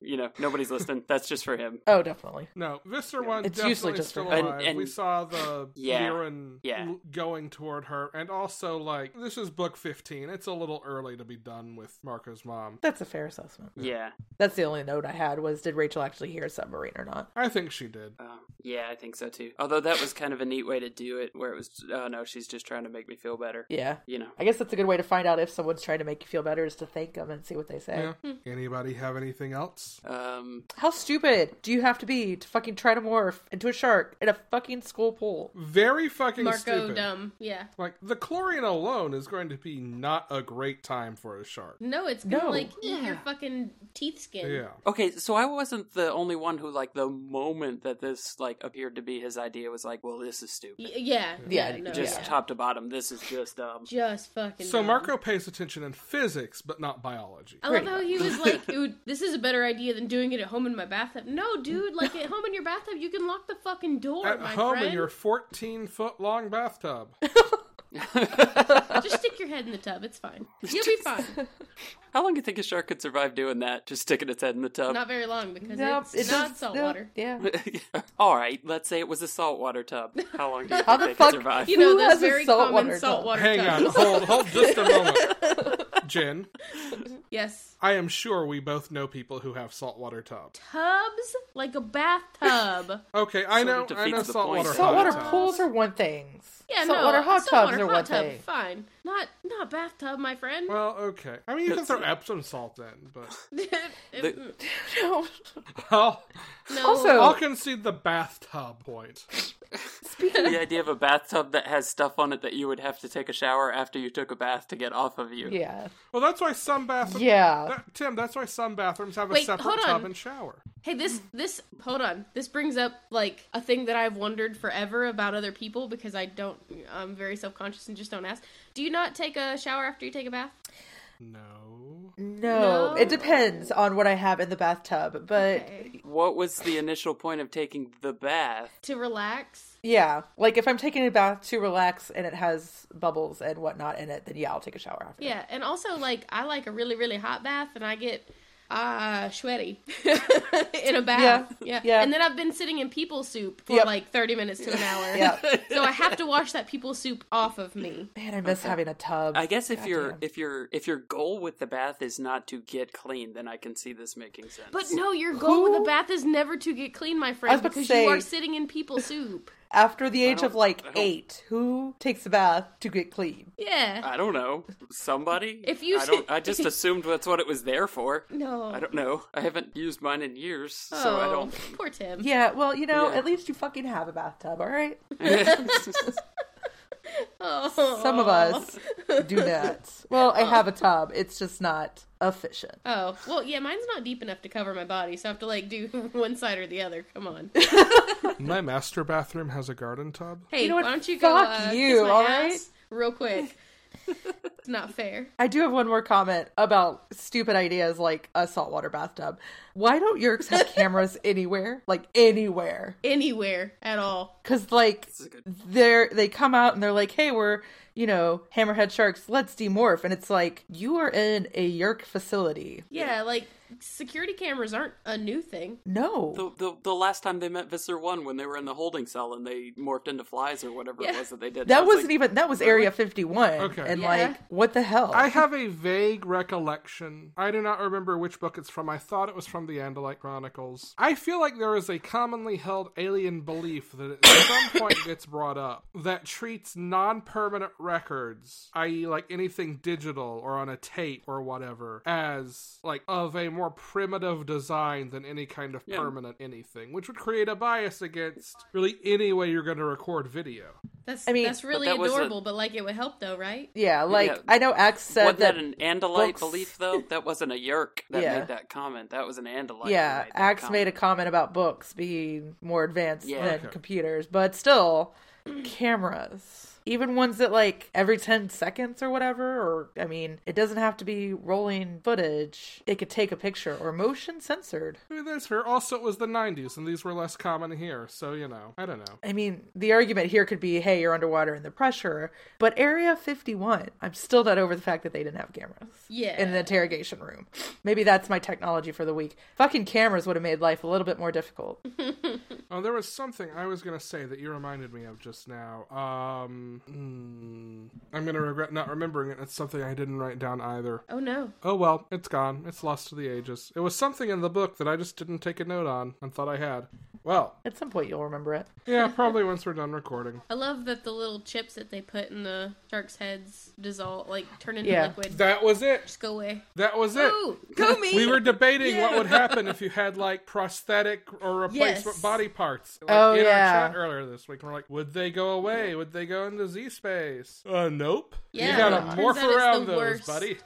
Speaker 4: you know, nobody's listening. That's just for him.
Speaker 3: Oh, definitely.
Speaker 1: No, Visser one
Speaker 3: It's
Speaker 1: definitely
Speaker 3: usually just
Speaker 1: still
Speaker 3: for her.
Speaker 1: alive.
Speaker 4: And- and-
Speaker 1: we saw the
Speaker 4: Yeah.
Speaker 1: Liren
Speaker 4: Yeah.
Speaker 1: l- going toward her, and also like this is book fifteen. It's a little early to be done with Marco's mom.
Speaker 3: That's a fair assessment.
Speaker 4: Yeah.
Speaker 3: That's the only note I had was did Rachel actually hear a submarine or not?
Speaker 1: I think she did.
Speaker 4: Um, yeah, I think so too. Although that was kind of a neat way to do it, where it was, oh no, she's just trying to make me feel better.
Speaker 3: Yeah.
Speaker 4: You know,
Speaker 3: I guess that's a good way to find out if someone's trying to make you feel better is to thank them and see what they say.
Speaker 1: Yeah.
Speaker 2: hmm.
Speaker 1: Anybody have anything else?
Speaker 4: um,
Speaker 3: How stupid do you have to be to fucking try to morph into a shark in a fucking school pool?
Speaker 1: Very fucking
Speaker 2: Marco
Speaker 1: stupid.
Speaker 2: dumb. Yeah.
Speaker 1: Like the chlorine alone is going to be not a great time for a shark.
Speaker 2: No, it's gonna
Speaker 3: No.
Speaker 2: like eat your
Speaker 4: Yeah.
Speaker 2: fucking teeth skin.
Speaker 1: Yeah.
Speaker 4: Okay, so I wasn't the only one who, like, the moment that this like appeared to be his idea, was like, "Well, this is stupid."
Speaker 2: Y- yeah.
Speaker 3: Yeah,
Speaker 2: no,
Speaker 4: Just
Speaker 2: yeah.
Speaker 4: top to bottom, this is just dumb.
Speaker 2: Just fucking.
Speaker 1: So
Speaker 2: dumb.
Speaker 1: Marco pays attention in physics, but not biology.
Speaker 2: I love
Speaker 3: Pretty
Speaker 2: how he was like, Ooh, "This is a better idea than doing it at home in my bathtub." No, dude, like at home in your bathtub, you can lock the fucking door,
Speaker 1: At
Speaker 2: my
Speaker 1: home
Speaker 2: friend.
Speaker 1: in your fourteen foot long bathtub.
Speaker 2: Just stick your head in the tub. It's fine. You'll be fine.
Speaker 4: How long do you think a shark could survive doing that? Just sticking its head in the tub.
Speaker 2: Not very long because
Speaker 3: Nope,
Speaker 2: it's
Speaker 3: it
Speaker 2: not
Speaker 3: does-
Speaker 2: salt
Speaker 3: nope,
Speaker 2: water.
Speaker 3: Yeah.
Speaker 4: All right, let's say it was a saltwater tub. How long do you
Speaker 3: How
Speaker 4: think
Speaker 3: the
Speaker 4: it could
Speaker 3: fuck-
Speaker 4: survive?
Speaker 2: You know,
Speaker 3: Who
Speaker 2: those
Speaker 3: has a
Speaker 2: very
Speaker 3: saltwater
Speaker 2: common
Speaker 3: tub?
Speaker 2: saltwater
Speaker 1: Hang on,
Speaker 2: tubs.
Speaker 1: hold, hold just a moment. Jen,
Speaker 2: Yes,
Speaker 1: I am sure we both know people who have saltwater tubs.
Speaker 2: tubs like a bathtub.
Speaker 1: Okay, I
Speaker 4: Sort
Speaker 1: know,
Speaker 4: of
Speaker 1: I know
Speaker 4: defeats the
Speaker 1: saltwater
Speaker 4: point.
Speaker 3: Saltwater
Speaker 1: hot
Speaker 3: pools are one thing.
Speaker 2: Yeah,
Speaker 3: saltwater
Speaker 2: no,
Speaker 3: hot
Speaker 2: saltwater
Speaker 3: tubs are
Speaker 2: hot
Speaker 3: one
Speaker 2: tub,
Speaker 3: thing.
Speaker 2: Fine, not not bathtub, my friend.
Speaker 1: Well, okay. I mean, you can throw Epsom salt in, but
Speaker 4: The-
Speaker 3: No.
Speaker 1: I'll,
Speaker 2: no.
Speaker 3: Also-
Speaker 1: I'll concede the bathtub point.
Speaker 4: the idea of a bathtub that has stuff on it that you would have to take a shower after you took a bath to get off of you.
Speaker 3: Yeah.
Speaker 1: Well, that's why some bathrooms.
Speaker 3: Yeah.
Speaker 1: that- Tim, that's why some bathrooms have a
Speaker 2: Wait,
Speaker 1: separate
Speaker 2: hold on.
Speaker 1: tub and shower.
Speaker 2: Hey, this this hold on. This brings up like a thing that I've wondered forever about other people because I don't. I'm very self conscious and just don't ask. Do you not take a shower after you take a bath?
Speaker 1: No.
Speaker 3: No.
Speaker 2: No.
Speaker 3: It depends on what I have in the bathtub, but
Speaker 2: Okay.
Speaker 4: What was the initial point of taking the bath?
Speaker 2: To relax.
Speaker 3: yeah, like if I'm taking a bath to relax and it has bubbles and whatnot in it, then yeah, I'll take a shower after.
Speaker 2: Yeah, and also like I like a really really hot bath and I get ah sweaty in a bath. Yeah.
Speaker 3: Yeah, yeah.
Speaker 2: And then I've been sitting in people soup for
Speaker 3: Yep.
Speaker 2: like 30 minutes to an hour.
Speaker 3: Yeah.
Speaker 2: So I have to wash that people soup off of me.
Speaker 3: Man, I miss having a tub.
Speaker 4: I guess if
Speaker 3: God
Speaker 4: your
Speaker 3: damn.
Speaker 4: if your if your goal with the bath is not to get clean, then I can see this making sense.
Speaker 2: But no, your goal with a
Speaker 3: Who-
Speaker 2: bath is never to get clean, my friend,
Speaker 3: about to
Speaker 2: because
Speaker 3: say-
Speaker 2: you are sitting in people soup.
Speaker 3: after the age
Speaker 4: don't-
Speaker 3: of like
Speaker 4: I don't-
Speaker 3: eight, who takes a bath to get clean?
Speaker 2: Yeah.
Speaker 4: I don't know. Somebody?
Speaker 2: If you-
Speaker 4: I don't I just assumed that's what it was there for.
Speaker 2: no.
Speaker 4: I don't know. I haven't used mine in years, so I
Speaker 2: Oh,
Speaker 4: don't
Speaker 2: Poor Tim.
Speaker 3: Yeah, well, you know,
Speaker 4: Yeah.
Speaker 3: at least you fucking have a bathtub, all right?
Speaker 2: Oh.
Speaker 3: Some of us do not. Well, I have a tub. It's just not efficient.
Speaker 2: Oh well, yeah. Mine's not deep enough to cover my body, so I have to like do one side or the other. Come on.
Speaker 1: My master bathroom has a garden tub.
Speaker 2: Hey,
Speaker 3: You know what?
Speaker 2: why don't you go
Speaker 3: Fuck
Speaker 2: uh,
Speaker 3: you,
Speaker 2: kiss my
Speaker 3: all
Speaker 2: ass
Speaker 3: right?
Speaker 2: real quick? it's not fair.
Speaker 3: I do have one more comment about stupid ideas like a saltwater bathtub. Why don't Yerks have cameras anywhere? Like anywhere.
Speaker 2: Anywhere at all.
Speaker 3: Cuz like they're they come out and they're like, "Hey, we're, you know, hammerhead sharks. Let's demorph." And it's like, "You are in a Yerk facility."
Speaker 2: Yeah, like security cameras aren't a new thing.
Speaker 3: No.
Speaker 4: the, the the last time they met Visser One when they were in the holding cell and they morphed into flies or whatever it
Speaker 2: Yeah.
Speaker 4: was that they did. I
Speaker 3: that
Speaker 4: was
Speaker 3: wasn't
Speaker 4: like,
Speaker 3: even that was Area 51.
Speaker 1: Okay.
Speaker 3: And
Speaker 2: Yeah.
Speaker 3: like, what the hell?
Speaker 1: I have a vague recollection. I do not remember which book it's from. I thought it was from the Andalite Chronicles. I feel like there is a commonly held alien belief that at some point gets brought up that treats non permanent records, i.e., like anything digital or on a tape or whatever, as like of a more primitive design than any kind of
Speaker 4: Yeah.
Speaker 1: permanent anything, which would create a bias against really any way you're going to record video.
Speaker 2: That's
Speaker 3: I mean-
Speaker 2: that's really
Speaker 4: that was a-
Speaker 2: adorable, but like it would help though, right?
Speaker 3: Yeah, like
Speaker 4: Yeah.
Speaker 3: I know Axe said
Speaker 4: Wasn't
Speaker 3: that.
Speaker 4: that, an Andalite
Speaker 3: books-
Speaker 4: belief, though? That wasn't a Yerk that
Speaker 3: Yeah.
Speaker 4: made that comment. That was an Andalite. who
Speaker 3: yeah,
Speaker 4: made that
Speaker 3: Axe
Speaker 4: comment.
Speaker 3: made a comment about books being more advanced
Speaker 4: Yeah.
Speaker 3: than
Speaker 1: Okay.
Speaker 3: computers, but still, cameras. Even ones that like every 10 seconds or whatever, or I mean, it doesn't have to be rolling footage. It could take a picture or motion censored.
Speaker 1: I mean, that's fair. Also, it was the 90s, and these were less common here, so, you know, I don't know.
Speaker 3: I mean, the argument here could be, hey, you're underwater and the pressure, but Area 51, I'm still not over the fact that they didn't have cameras.
Speaker 2: Yeah.
Speaker 3: in an interrogation room. Maybe that's my technology for the week. Fucking cameras would have made life a little bit more difficult.
Speaker 1: Oh, there was something I was gonna say that you reminded me of just now. Um, mm, I'm gonna regret not remembering it. It's something I didn't write down either.
Speaker 2: oh no.
Speaker 1: Oh well, it's gone. It's lost to the ages. It was something in the book that I just didn't take a note on and thought I had. Well,
Speaker 3: At some point, you'll remember it.
Speaker 1: yeah, probably once we're done recording.
Speaker 2: I love that the little chips that they put in the sharks' heads dissolve, like turn into
Speaker 3: Yeah.
Speaker 2: liquid.
Speaker 1: That was it.
Speaker 2: Just go away.
Speaker 1: That was it.
Speaker 2: Ooh, go me.
Speaker 1: We were debating what
Speaker 2: Yeah.
Speaker 1: would happen if you had like prosthetic or replacement
Speaker 2: Yes.
Speaker 1: body parts. Like,
Speaker 3: Oh,
Speaker 1: in
Speaker 3: yeah.
Speaker 1: our chat earlier this week, we're like, would they go away? Would they go into Z space? Uh, nope.
Speaker 2: Yeah,
Speaker 1: you gotta
Speaker 2: turns
Speaker 1: morph
Speaker 2: out it's the
Speaker 1: around those,
Speaker 2: worst.
Speaker 1: buddy.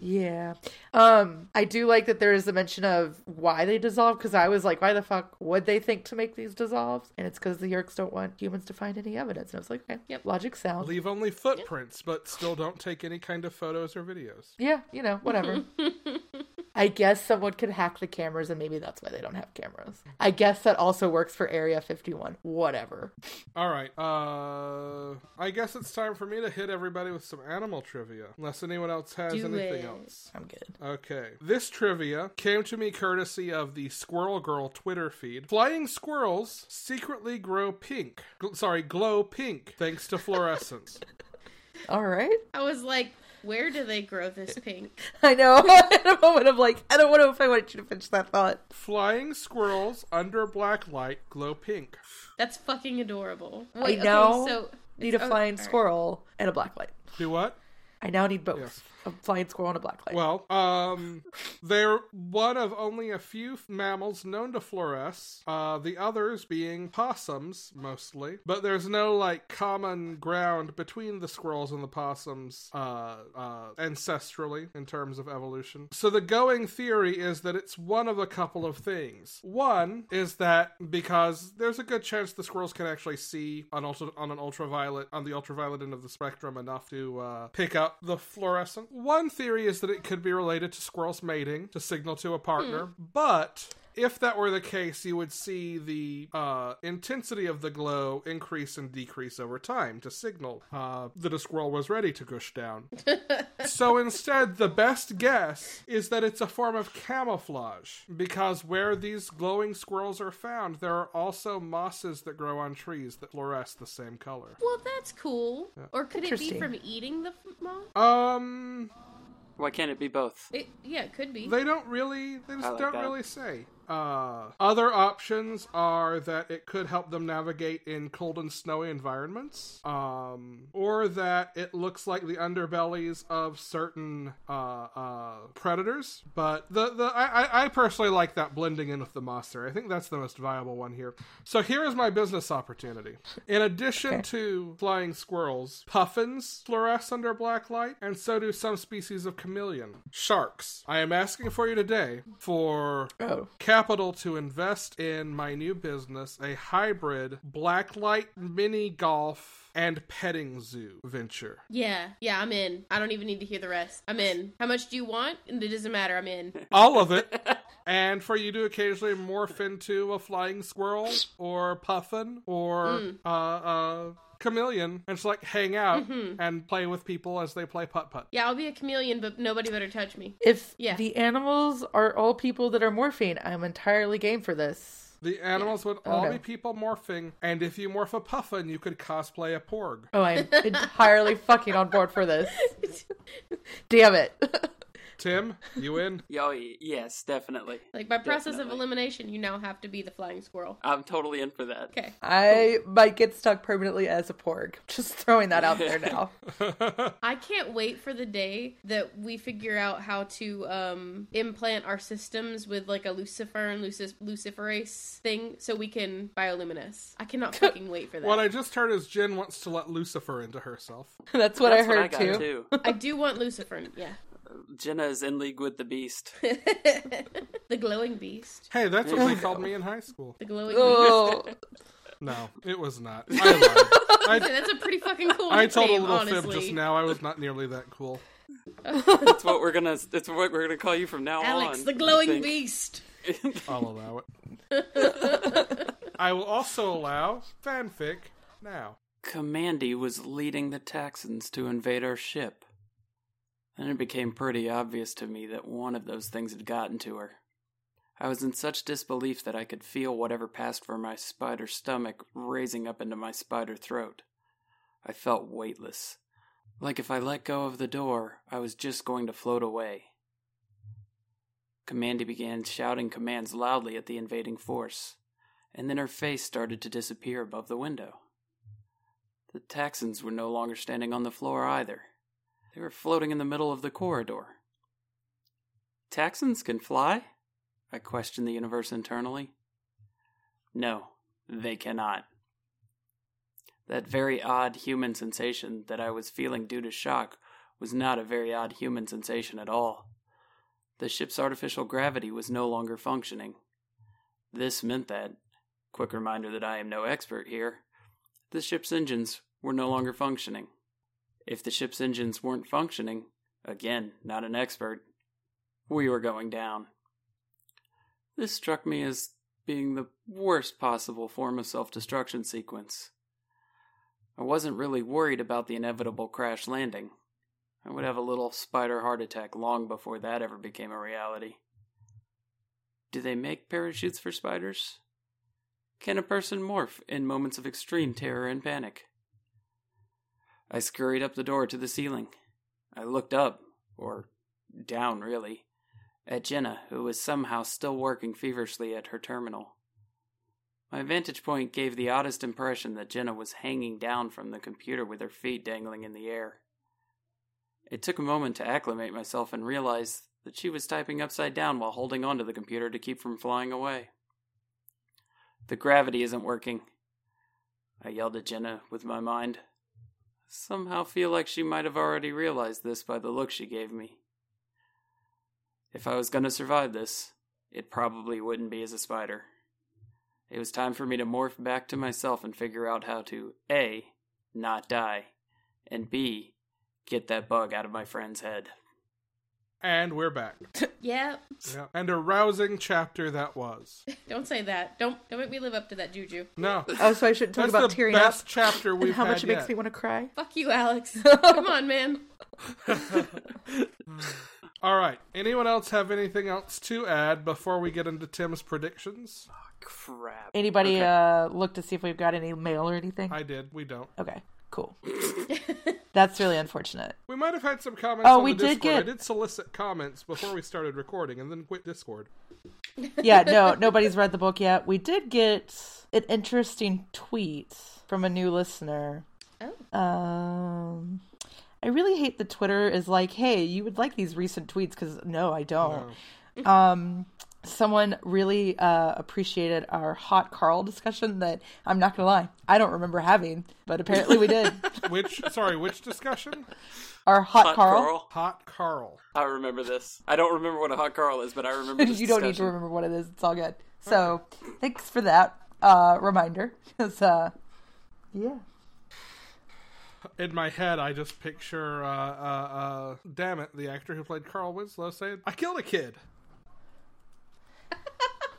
Speaker 3: Yeah. Um, I do like that there is a mention of why they dissolve because I was like, why the fuck would they think to make these dissolves? And it's because the Yerks don't want humans to find any evidence. And I was like, okay, yep, logic sound.
Speaker 1: Leave only footprints, but still don't take any kind of photos or videos.
Speaker 3: yeah, you know, whatever. I guess someone could hack the cameras, and maybe that's why they don't have cameras. I guess that also works for Area 51. Whatever.
Speaker 1: All right. Uh, I guess it's time for me to hit everybody with some animal trivia, unless anyone else has
Speaker 2: Do
Speaker 1: anything
Speaker 2: it.
Speaker 1: else.
Speaker 3: I'm good.
Speaker 1: Okay. This trivia came to me courtesy of the Squirrel Girl Twitter feed. Flying squirrels secretly grow pink. Gl- sorry, glow pink thanks to fluorescence.
Speaker 3: All right.
Speaker 2: I was like, where do they grow this pink?
Speaker 3: I know. At a moment of like, I don't know if I want you to finish that thought.
Speaker 1: Flying squirrels under black light glow pink.
Speaker 2: That's fucking adorable.
Speaker 3: I know.
Speaker 2: Okay, so
Speaker 3: Need a
Speaker 2: oh,
Speaker 3: flying
Speaker 2: all right.
Speaker 3: squirrel and a black light.
Speaker 1: Do what?
Speaker 3: I now need both.
Speaker 1: Yes.
Speaker 3: A flying squirrel and a black light.
Speaker 1: Well, um, they're one of only a few mammals known to fluoresce. Uh, the others being possums mostly, but there's no like common ground between the squirrels and the possums uh, uh, ancestrally in terms of evolution. So the going theory is that it's one of a couple of things. One is that because there's a good chance the squirrels can actually see on ultra on an ultraviolet on the ultraviolet end of the spectrum enough to uh, pick up the fluorescent. One theory is that it could be related to squirrels mating to signal to a partner, but if that were the case, you would see the uh, intensity of the glow increase and decrease over time to signal uh, that a squirrel was ready to gush down. So instead, the best guess is that it's a form of camouflage because where these glowing squirrels are found, there are also mosses that grow on trees that fluoresce the same color.
Speaker 2: Well, that's cool. Or could it be
Speaker 3: Interesting.
Speaker 2: from eating the f- moth?
Speaker 1: Um,
Speaker 4: Why can't it be both?
Speaker 2: It, yeah, it could be.
Speaker 1: they don't really, they just
Speaker 4: like
Speaker 1: don't
Speaker 4: that.
Speaker 1: really say. Uh, other options are that it could help them navigate in cold and snowy environments, um, or that it looks like the underbellies of certain uh, uh, predators. But the the I, I- I personally like that blending in with the moss theory. I think that's the most viable one here. So here is my business opportunity. In addition to flying squirrels, puffins fluoresce under black light, and so do some species of chameleon. Sharks. I am asking for you today for
Speaker 3: oh.
Speaker 1: capital to invest in my new business a hybrid blacklight mini golf and petting zoo venture
Speaker 2: Yeah, yeah, I'm in. I don't even need to hear the rest. I'm in. How much do you want? It doesn't matter. I'm in.
Speaker 1: all of it and for you to occasionally morph into a flying squirrel or puffin or uh, uh, chameleon and just like hang out and play with people as they play putt putt
Speaker 2: Yeah, I'll be a chameleon, but nobody better touch me.
Speaker 3: If
Speaker 2: Yeah.
Speaker 3: the animals are all people that are morphine, I'm entirely game for this.
Speaker 1: the animals would all
Speaker 3: Okay.
Speaker 1: be people morphing and if you morph a puffin you could cosplay a porg
Speaker 3: Oh, I'm entirely fucking on board for this. Damn it.
Speaker 1: Tim, you in?
Speaker 4: Yo, y- yes, definitely.
Speaker 2: Like by process of
Speaker 4: Definitely.
Speaker 2: elimination, you now have to be the flying squirrel.
Speaker 4: I'm totally in for that.
Speaker 2: Okay.
Speaker 3: I might get stuck permanently as a porg. Just throwing that out there now.
Speaker 2: I can't wait for the day that we figure out how to um, implant our systems with like a Lucifer and Lucis- Luciferase thing so we can bioluminesce. I cannot fucking wait for that.
Speaker 1: What I just heard is Jen wants to let Lucifer into herself.
Speaker 3: That's what
Speaker 4: That's
Speaker 3: I heard
Speaker 4: what I
Speaker 3: too.
Speaker 4: got too.
Speaker 2: I do want Lucifer. Yeah.
Speaker 4: Jenna is in league with the beast.
Speaker 2: the glowing beast.
Speaker 1: Hey, that's what they called me in high school.
Speaker 2: The glowing beast.
Speaker 3: Oh,
Speaker 1: No, it was not. I lied. I,
Speaker 2: That's a pretty fucking cool
Speaker 1: I told a
Speaker 2: name,
Speaker 1: little fib
Speaker 2: honestly.
Speaker 1: just now. I was not nearly that cool.
Speaker 4: That's what we're gonna. That's what we're gonna call you from now on.
Speaker 2: Alex, the
Speaker 4: I
Speaker 2: glowing
Speaker 4: think.
Speaker 2: beast.
Speaker 1: I'll allow it. I will also allow fanfic now.
Speaker 4: Commandy was leading the Texans to invade our ship. Then it became pretty obvious to me that one of those things had gotten to her. I was in such disbelief that I could feel whatever passed from my spider stomach raising up into my spider throat. I felt weightless. Like if I let go of the door, I was just going to float away. Commandy began shouting commands loudly at the invading force, and then her face started to disappear above the window. The Texans were no longer standing on the floor either. They were floating in the middle of the corridor. Texans can fly? I questioned the universe internally. No, they cannot. That very odd human sensation that I was feeling due to shock was not a very odd human sensation at all. The ship's artificial gravity was no longer functioning. This meant that, quick reminder that I am no expert here, the ship's engines were no longer functioning. If the ship's engines weren't functioning, again, not an expert, we were going down. This struck me as being the worst possible form of self destruction sequence. I wasn't really worried about the inevitable crash landing. I would have a little spider heart attack long before that ever became a reality. Do they make parachutes for spiders? Can a person morph in moments of extreme terror and panic? I scurried up the door to the ceiling. I looked up, or down really, at Jenna, who was somehow still working feverishly at her terminal. My vantage point gave the oddest impression that Jenna was hanging down from the computer with her feet dangling in the air. It took a moment to acclimate myself and realize that she was typing upside down while holding onto the computer to keep from flying away. The gravity isn't working. I yelled at Jenna with my mind. Somehow feel like she might have already realized this by the look she gave me. If I was going to survive this, it probably wouldn't be as a spider. It was time for me to morph back to myself and figure out how to A. Not die, and B. Get that bug out of my friend's head.
Speaker 1: And we're back.
Speaker 2: Yeah.
Speaker 1: Yeah. And a rousing chapter that was.
Speaker 2: Don't say that. Don't don't make me live up to that juju.
Speaker 1: No.
Speaker 3: oh, so I shouldn't talk
Speaker 1: That's
Speaker 3: about
Speaker 1: the
Speaker 3: tearing up
Speaker 1: best chapter
Speaker 3: and
Speaker 1: we've
Speaker 3: how
Speaker 1: had
Speaker 3: much it
Speaker 1: yet.
Speaker 3: makes me want to cry.
Speaker 2: Fuck you, Alex. Come on, man.
Speaker 1: All right. Anyone else have anything else to add before we get into Tim's predictions?
Speaker 4: Crap.
Speaker 3: Anybody uh, look to see if we've got any mail or anything?
Speaker 1: I did. We don't.
Speaker 3: Okay, cool. That's really unfortunate.
Speaker 1: We might have had some comments.
Speaker 3: Oh,
Speaker 1: on
Speaker 3: we
Speaker 1: the
Speaker 3: did
Speaker 1: Discord. I
Speaker 3: get-
Speaker 1: did solicit comments before we started recording, and then quit Discord.
Speaker 3: Yeah, no, nobody's read the book yet. We did get an interesting tweet from a new listener.
Speaker 2: Oh.
Speaker 3: Um, I really hate that Twitter is like, "Hey, you would like these recent tweets?" Because no, I don't. Um, someone really uh, appreciated our hot Carl discussion that I'm not gonna lie, I don't remember having, but apparently we did.
Speaker 1: Which sorry, which discussion?
Speaker 3: Our hot,
Speaker 4: Hot
Speaker 3: Carl.
Speaker 4: Carl.
Speaker 1: Hot Carl.
Speaker 4: I remember this. I don't remember what a hot Carl is, but I remember this
Speaker 3: you don't need to
Speaker 4: discussion.
Speaker 3: remember what it is. It's all good. So thanks for that uh, reminder. 'Cause, uh, yeah.
Speaker 1: In my head, I just picture, uh, uh, uh, damn it, the actor who played Carl Winslow saying, "I killed a kid."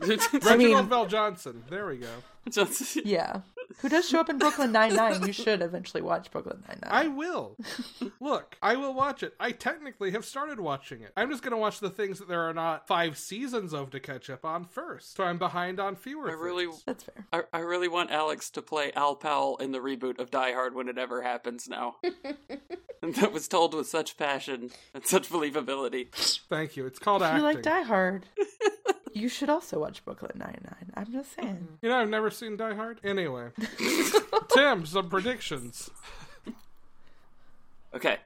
Speaker 3: I
Speaker 1: Reginald
Speaker 3: mean-
Speaker 1: Bell Johnson. There we go.
Speaker 4: Just-
Speaker 3: Yeah.
Speaker 6: Who does show up in Brooklyn Nine Nine? You should eventually watch Brooklyn Nine
Speaker 1: I
Speaker 6: Nine.
Speaker 1: will. Look, I will watch it. I technically have started watching it. I'm just going to watch the things that there are not five seasons of to catch up on first. So I'm behind on fewer
Speaker 4: I really,
Speaker 1: things.
Speaker 3: That's fair.
Speaker 4: I, I really want Alex to play Al Powell in the reboot of Die Hard when it ever happens now. and that was told with such passion and such believability.
Speaker 1: Thank you. It's called
Speaker 3: If
Speaker 1: acting.
Speaker 3: you like Die Hard, you should also watch Brooklyn Nine Nine. I'm just
Speaker 4: Mm-hmm.
Speaker 3: saying.
Speaker 1: You know, I've never seen Die Hard. Anyway, Tim, some predictions.
Speaker 4: Okay,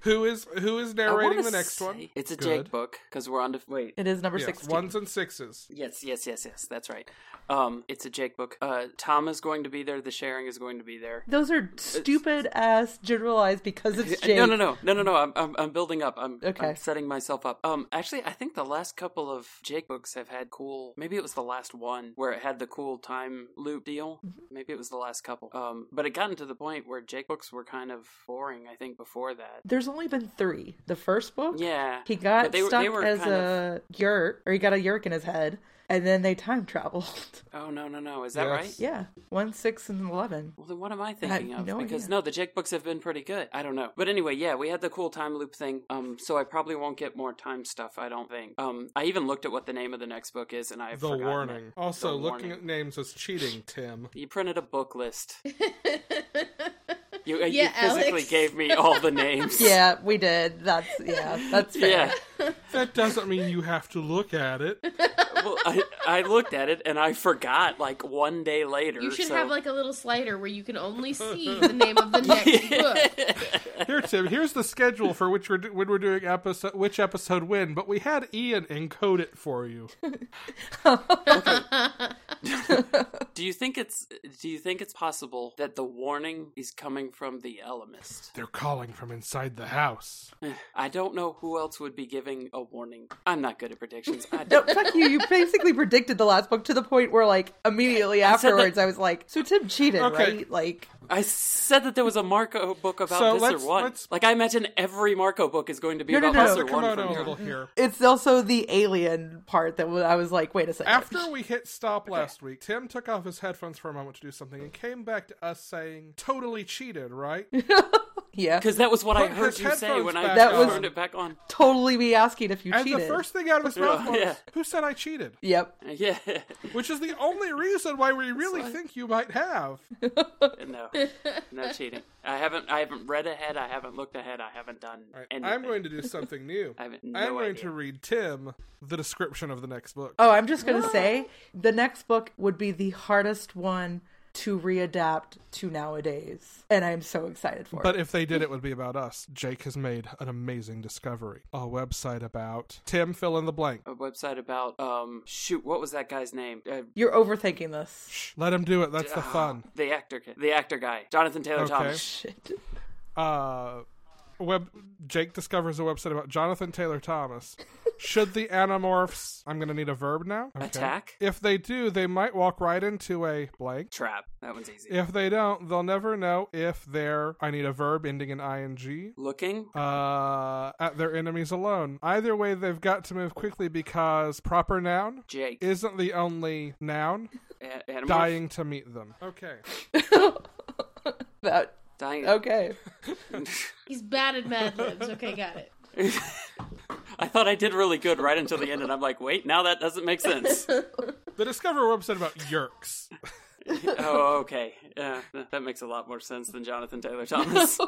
Speaker 1: Who is who is
Speaker 4: I
Speaker 1: narrating
Speaker 4: wanna
Speaker 1: the next one?
Speaker 4: say It's a
Speaker 1: Good.
Speaker 4: Jake book because we're on to wait.
Speaker 3: It is number
Speaker 1: Yes,
Speaker 3: sixteen.
Speaker 1: ones and sixes.
Speaker 4: Yes, yes, yes, yes. That's right. Um, it's a Jake book. Uh, Tom is going to be there. The sharing is going to be there.
Speaker 3: Those are stupid ass generalized because it's
Speaker 4: Uh,
Speaker 3: Jake.
Speaker 4: No, no, no, no, no, no. I'm, I'm, I'm building up. I'm,
Speaker 3: Okay.
Speaker 4: I'm setting myself up. Um, actually, I think the last couple of Jake books have had cool. Maybe it was the last one where it had the cool time loop deal.
Speaker 3: Mm-hmm.
Speaker 4: Maybe it was the last couple. Um, but it gotten to the point where Jake books were kind of boring. I think before that.
Speaker 3: There's only been three. The first book,
Speaker 4: Yeah.
Speaker 3: he got
Speaker 4: But they were-
Speaker 3: stuck
Speaker 4: they were
Speaker 3: as
Speaker 4: kind
Speaker 3: a yerk, or he got a yerk in his head, and then they time traveled.
Speaker 4: Oh no, no, no. Is that
Speaker 1: Yes.
Speaker 4: right?
Speaker 3: yeah, one, six, and eleven.
Speaker 4: Well, then what am I thinking of?
Speaker 3: no
Speaker 4: because
Speaker 3: idea.
Speaker 4: no, the Jake books have been pretty good. I don't know, but anyway, yeah, we had the cool time loop thing. Um, so I probably won't get more time stuff. I don't think. Um, I even looked at what the name of the next book is, and I've
Speaker 1: The
Speaker 4: forgotten
Speaker 1: warning.
Speaker 4: it.
Speaker 1: Also,
Speaker 4: The
Speaker 1: looking
Speaker 4: Warning.
Speaker 1: at names is cheating, Tim.
Speaker 4: You printed a book list. You, you
Speaker 2: uh, Yeah,
Speaker 4: physically
Speaker 2: Alex.
Speaker 4: gave me all the names.
Speaker 3: Yeah, we did. That's yeah, that's fair.
Speaker 4: Yeah.
Speaker 1: That doesn't mean you have to look at it.
Speaker 4: Well, I, I looked at it and I forgot like one day later.
Speaker 2: You should
Speaker 4: so-
Speaker 2: have like a little slider where you can only see the name of the next book.
Speaker 1: Here, Tim. Here's the schedule for which we're do- when we're doing episode, which episode when. But we had Ian encode it for you.
Speaker 4: Do you think it's do you think it's possible that the warning is coming from the Elemist?
Speaker 1: They're calling from inside the house.
Speaker 4: I don't know who else would be giving a warning. I'm not good at predictions. I
Speaker 3: No,
Speaker 4: don't.
Speaker 3: fuck you. You basically predicted the last book to the point where, like, immediately
Speaker 4: I said that-
Speaker 3: afterwards, I was like, "So Tim cheated,
Speaker 1: Okay.
Speaker 3: right?" Like,
Speaker 4: I said that there was a Marco book about
Speaker 1: So
Speaker 4: this
Speaker 1: let's-
Speaker 4: or one.
Speaker 1: let's-
Speaker 4: Like I imagine every Marco book is going to be
Speaker 3: No, no,
Speaker 4: about
Speaker 3: no.
Speaker 4: this
Speaker 3: The
Speaker 4: or
Speaker 1: Come
Speaker 4: one
Speaker 1: on
Speaker 4: from
Speaker 1: a
Speaker 4: here.
Speaker 1: little here.
Speaker 3: it's also the alien part that I was like, "Wait a second.
Speaker 1: After we hit stop last week, Tim took off his headphones for a moment to do something and came back to us saying, "Totally cheated, right?"
Speaker 3: yeah,
Speaker 4: Because that was what I
Speaker 1: Put
Speaker 4: heard
Speaker 1: his
Speaker 4: you say
Speaker 1: headphones
Speaker 4: when
Speaker 1: back
Speaker 4: I
Speaker 3: That on. was-
Speaker 4: turned it back on.
Speaker 3: totally be asking if you
Speaker 1: And
Speaker 3: cheated."
Speaker 1: the first thing out of his mouth was,
Speaker 4: yeah.
Speaker 1: "Who said I cheated?"
Speaker 3: Yep.
Speaker 4: Yeah,
Speaker 1: Which is the only reason why we really think you might have.
Speaker 4: no, no cheating. I haven't. I haven't read ahead. I haven't looked ahead. I haven't done.
Speaker 1: All right,
Speaker 4: anything.
Speaker 1: I'm going to do something new.
Speaker 4: I have no
Speaker 1: I'm going
Speaker 4: idea.
Speaker 1: to read Tim the description of the next book.
Speaker 3: Oh, I'm just
Speaker 1: Ah.
Speaker 3: gonna say the next book would be the hardest one to readapt to nowadays, and I'm so excited for
Speaker 1: But
Speaker 3: it.
Speaker 1: if they did, it would be about us. Jake has made an amazing discovery. A website about Tim, fill in the blank.
Speaker 4: A website about um shoot. What was that guy's name? Uh,
Speaker 3: You're overthinking this.
Speaker 1: Let him do it. That's the fun.
Speaker 4: the actor. ki- The actor guy. Jonathan Taylor
Speaker 1: Okay.
Speaker 4: Thomas.
Speaker 3: Shit.
Speaker 1: Uh, web Jake discovers a website about Jonathan Taylor Thomas. Should the animorphs? I'm going to need a verb now. Okay.
Speaker 4: Attack?
Speaker 1: If they do, they might walk right into a blank.
Speaker 4: Trap. That one's easy.
Speaker 1: If they don't, they'll never know if they're. I need a verb ending in ing.
Speaker 4: Looking.
Speaker 1: Uh, at their enemies alone. Either way, they've got to move quickly because proper noun
Speaker 4: Jake.
Speaker 1: isn't the only noun
Speaker 4: A- animorph?
Speaker 1: dying to meet them. Okay.
Speaker 3: That
Speaker 4: Dying.
Speaker 3: okay.
Speaker 2: He's bad at Mad Libs. Okay, got it.
Speaker 4: I thought I did really good right until the end, and I'm like, wait, now that doesn't make sense.
Speaker 1: The Discover website about yerks.
Speaker 4: oh, okay. Yeah, th- that makes a lot more sense than Jonathan Taylor Thomas.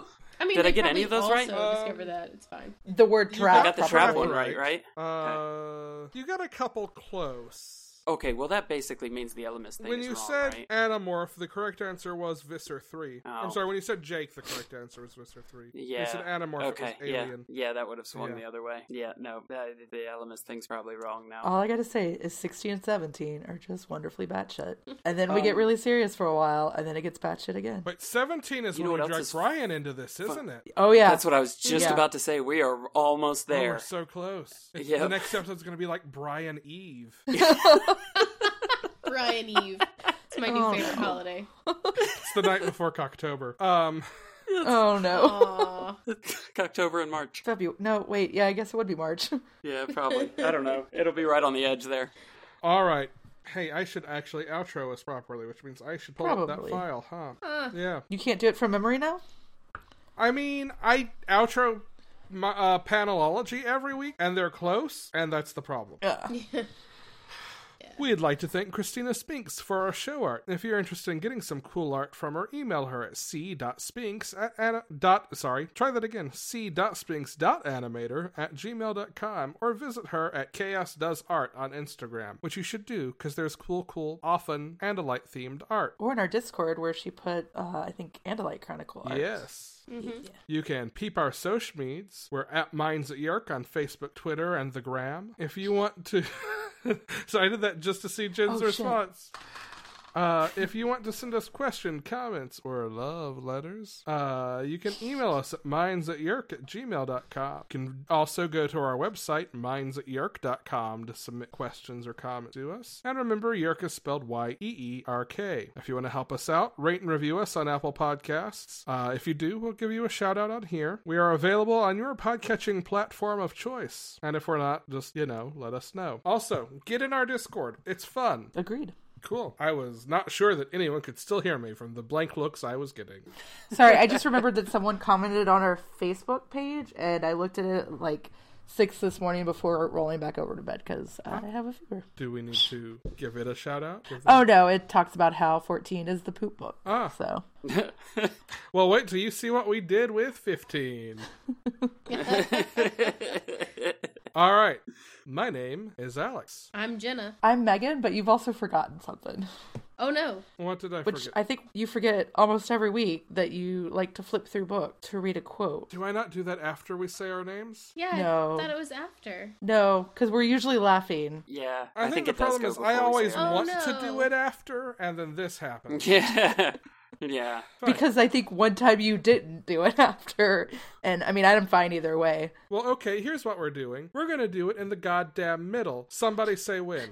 Speaker 2: I mean,
Speaker 4: Did I
Speaker 2: they
Speaker 4: get any of
Speaker 2: probably
Speaker 4: those right?
Speaker 2: Also
Speaker 1: Um,
Speaker 2: discover that it's fine.
Speaker 3: The word
Speaker 1: got
Speaker 4: I
Speaker 3: trap.
Speaker 4: got the
Speaker 3: probably.
Speaker 4: trap one right, right?
Speaker 1: Uh, you got a couple close.
Speaker 4: Okay, well, that basically means the Elemist thing
Speaker 1: When
Speaker 4: is
Speaker 1: you
Speaker 4: wrong,
Speaker 1: said
Speaker 4: right?
Speaker 1: anamorph, the correct answer was Visser 3.
Speaker 4: Oh.
Speaker 1: I'm sorry, when you said Jake, the correct answer was Visser 3.
Speaker 4: Yeah.
Speaker 1: You said anamorph,
Speaker 4: okay.
Speaker 1: it was alien.
Speaker 4: Yeah. yeah, that would have swung
Speaker 1: Yeah.
Speaker 4: the other way. Yeah, no, that, the Elemist thing's probably wrong now.
Speaker 3: All I gotta say is 16 and 17 are just wonderfully batshit. And then we get really serious for a while, and then it gets batshit again.
Speaker 1: But 17 is
Speaker 4: You know
Speaker 1: when we
Speaker 4: what else
Speaker 1: dragged
Speaker 4: is
Speaker 1: Ryan into this, isn't it?
Speaker 3: oh, yeah.
Speaker 4: That's what I was just
Speaker 3: Yeah.
Speaker 4: about to say. We are almost
Speaker 1: Oh,
Speaker 4: there.
Speaker 1: we're so close. It's-
Speaker 4: Yep.
Speaker 1: The next episode's going to be like Brian Eve.
Speaker 2: Brian Eve. It's my new
Speaker 3: Oh,
Speaker 2: favorite
Speaker 3: no.
Speaker 2: holiday.
Speaker 1: it's the night before Cocktober. Um,
Speaker 3: oh, no.
Speaker 2: Aw.
Speaker 4: October and March.
Speaker 3: February. No, wait. Yeah, I guess it would be March.
Speaker 4: Yeah, probably. I don't know. It'll be right on the edge there.
Speaker 1: all right. Hey, I should actually outro us properly, which means I should pull up that
Speaker 3: Probably.
Speaker 1: file, huh?
Speaker 2: Huh.
Speaker 1: Yeah.
Speaker 3: You can't do it from memory now?
Speaker 1: I mean, I outro my uh, panelology every week, and they're close, and that's the problem. We'd like to thank Christina Spinks for our show art. If you're interested in getting some cool art from her, email her at c.spinks at ana- dot, sorry, try that again, c.spinks.animator at gmail.com or visit her at chaos does art on Instagram, which you should do because there's cool, cool, often and light themed art.
Speaker 3: Or in our Discord where she put, uh, I think, Andalite Chronicle art.
Speaker 1: Yes. You can peep our social meds. We're at Minds at York on Facebook, Twitter, and the Gram. If you want to. so I did that just to see Jen's
Speaker 3: Oh, shit.
Speaker 1: response. Uh, if you want to send us question, comments, or love letters, uh, you can email us at minds at yerk at gmail.com. You can also go to our website, minds at yerk.com, to submit questions or comments to us. And remember, yerk is spelled E Y-E-E-R-K. If you want to help us out, rate and review us on Apple Podcasts. Uh, if you do, we'll give you a shout out on here. We are available on your podcatching platform of choice. And if we're not, just, you know, let us know. Also, get in our Discord. It's fun.
Speaker 3: Agreed.
Speaker 1: Cool. I was not sure that anyone could still hear me from the blank looks I was getting.
Speaker 3: Sorry, I just remembered that someone commented on our Facebook page, and I looked at it like six this morning before rolling back over to bed because I have a fever.
Speaker 1: Do we need to give it a shout out?
Speaker 3: Oh no, it talks about how 14 is the poop book.
Speaker 1: Ah.
Speaker 3: So
Speaker 1: Well, wait till you see what we did with 15. All right. My name is Alex.
Speaker 2: I'm Jenna.
Speaker 3: I'm Megan, but you've also forgotten something,
Speaker 2: Oh no.
Speaker 1: What did I
Speaker 3: which
Speaker 1: forget?
Speaker 3: I think you forget almost every week that you like to flip through book to read a quote.
Speaker 1: Do I not do that after we say our names?
Speaker 2: Yeah,
Speaker 3: No.
Speaker 2: I thought it was after.
Speaker 3: No, because we're usually laughing.
Speaker 4: Yeah,
Speaker 1: I, think, the
Speaker 4: it does
Speaker 1: problem
Speaker 4: go
Speaker 1: is I
Speaker 4: before we
Speaker 1: always
Speaker 4: say our
Speaker 1: want
Speaker 2: names.
Speaker 1: to do
Speaker 2: Oh,
Speaker 1: it after, and then this happens.
Speaker 4: Yeah. yeah.
Speaker 3: Because I think one time you didn't do it after, and I mean I'm fine either way.
Speaker 1: Well, okay, here's what we're doing. We're going to do it in the goddamn middle. Somebody say when.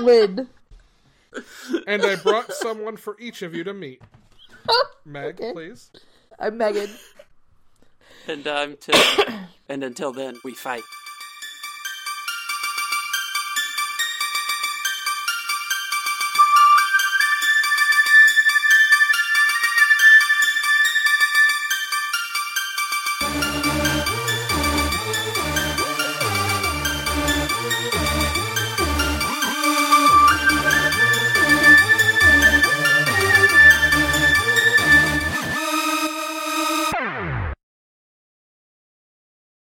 Speaker 3: Lynn.
Speaker 1: and I brought someone for each of you to meet. Meg, please.
Speaker 3: I'm Megan.
Speaker 4: And I'm Tim. and until then, we fight.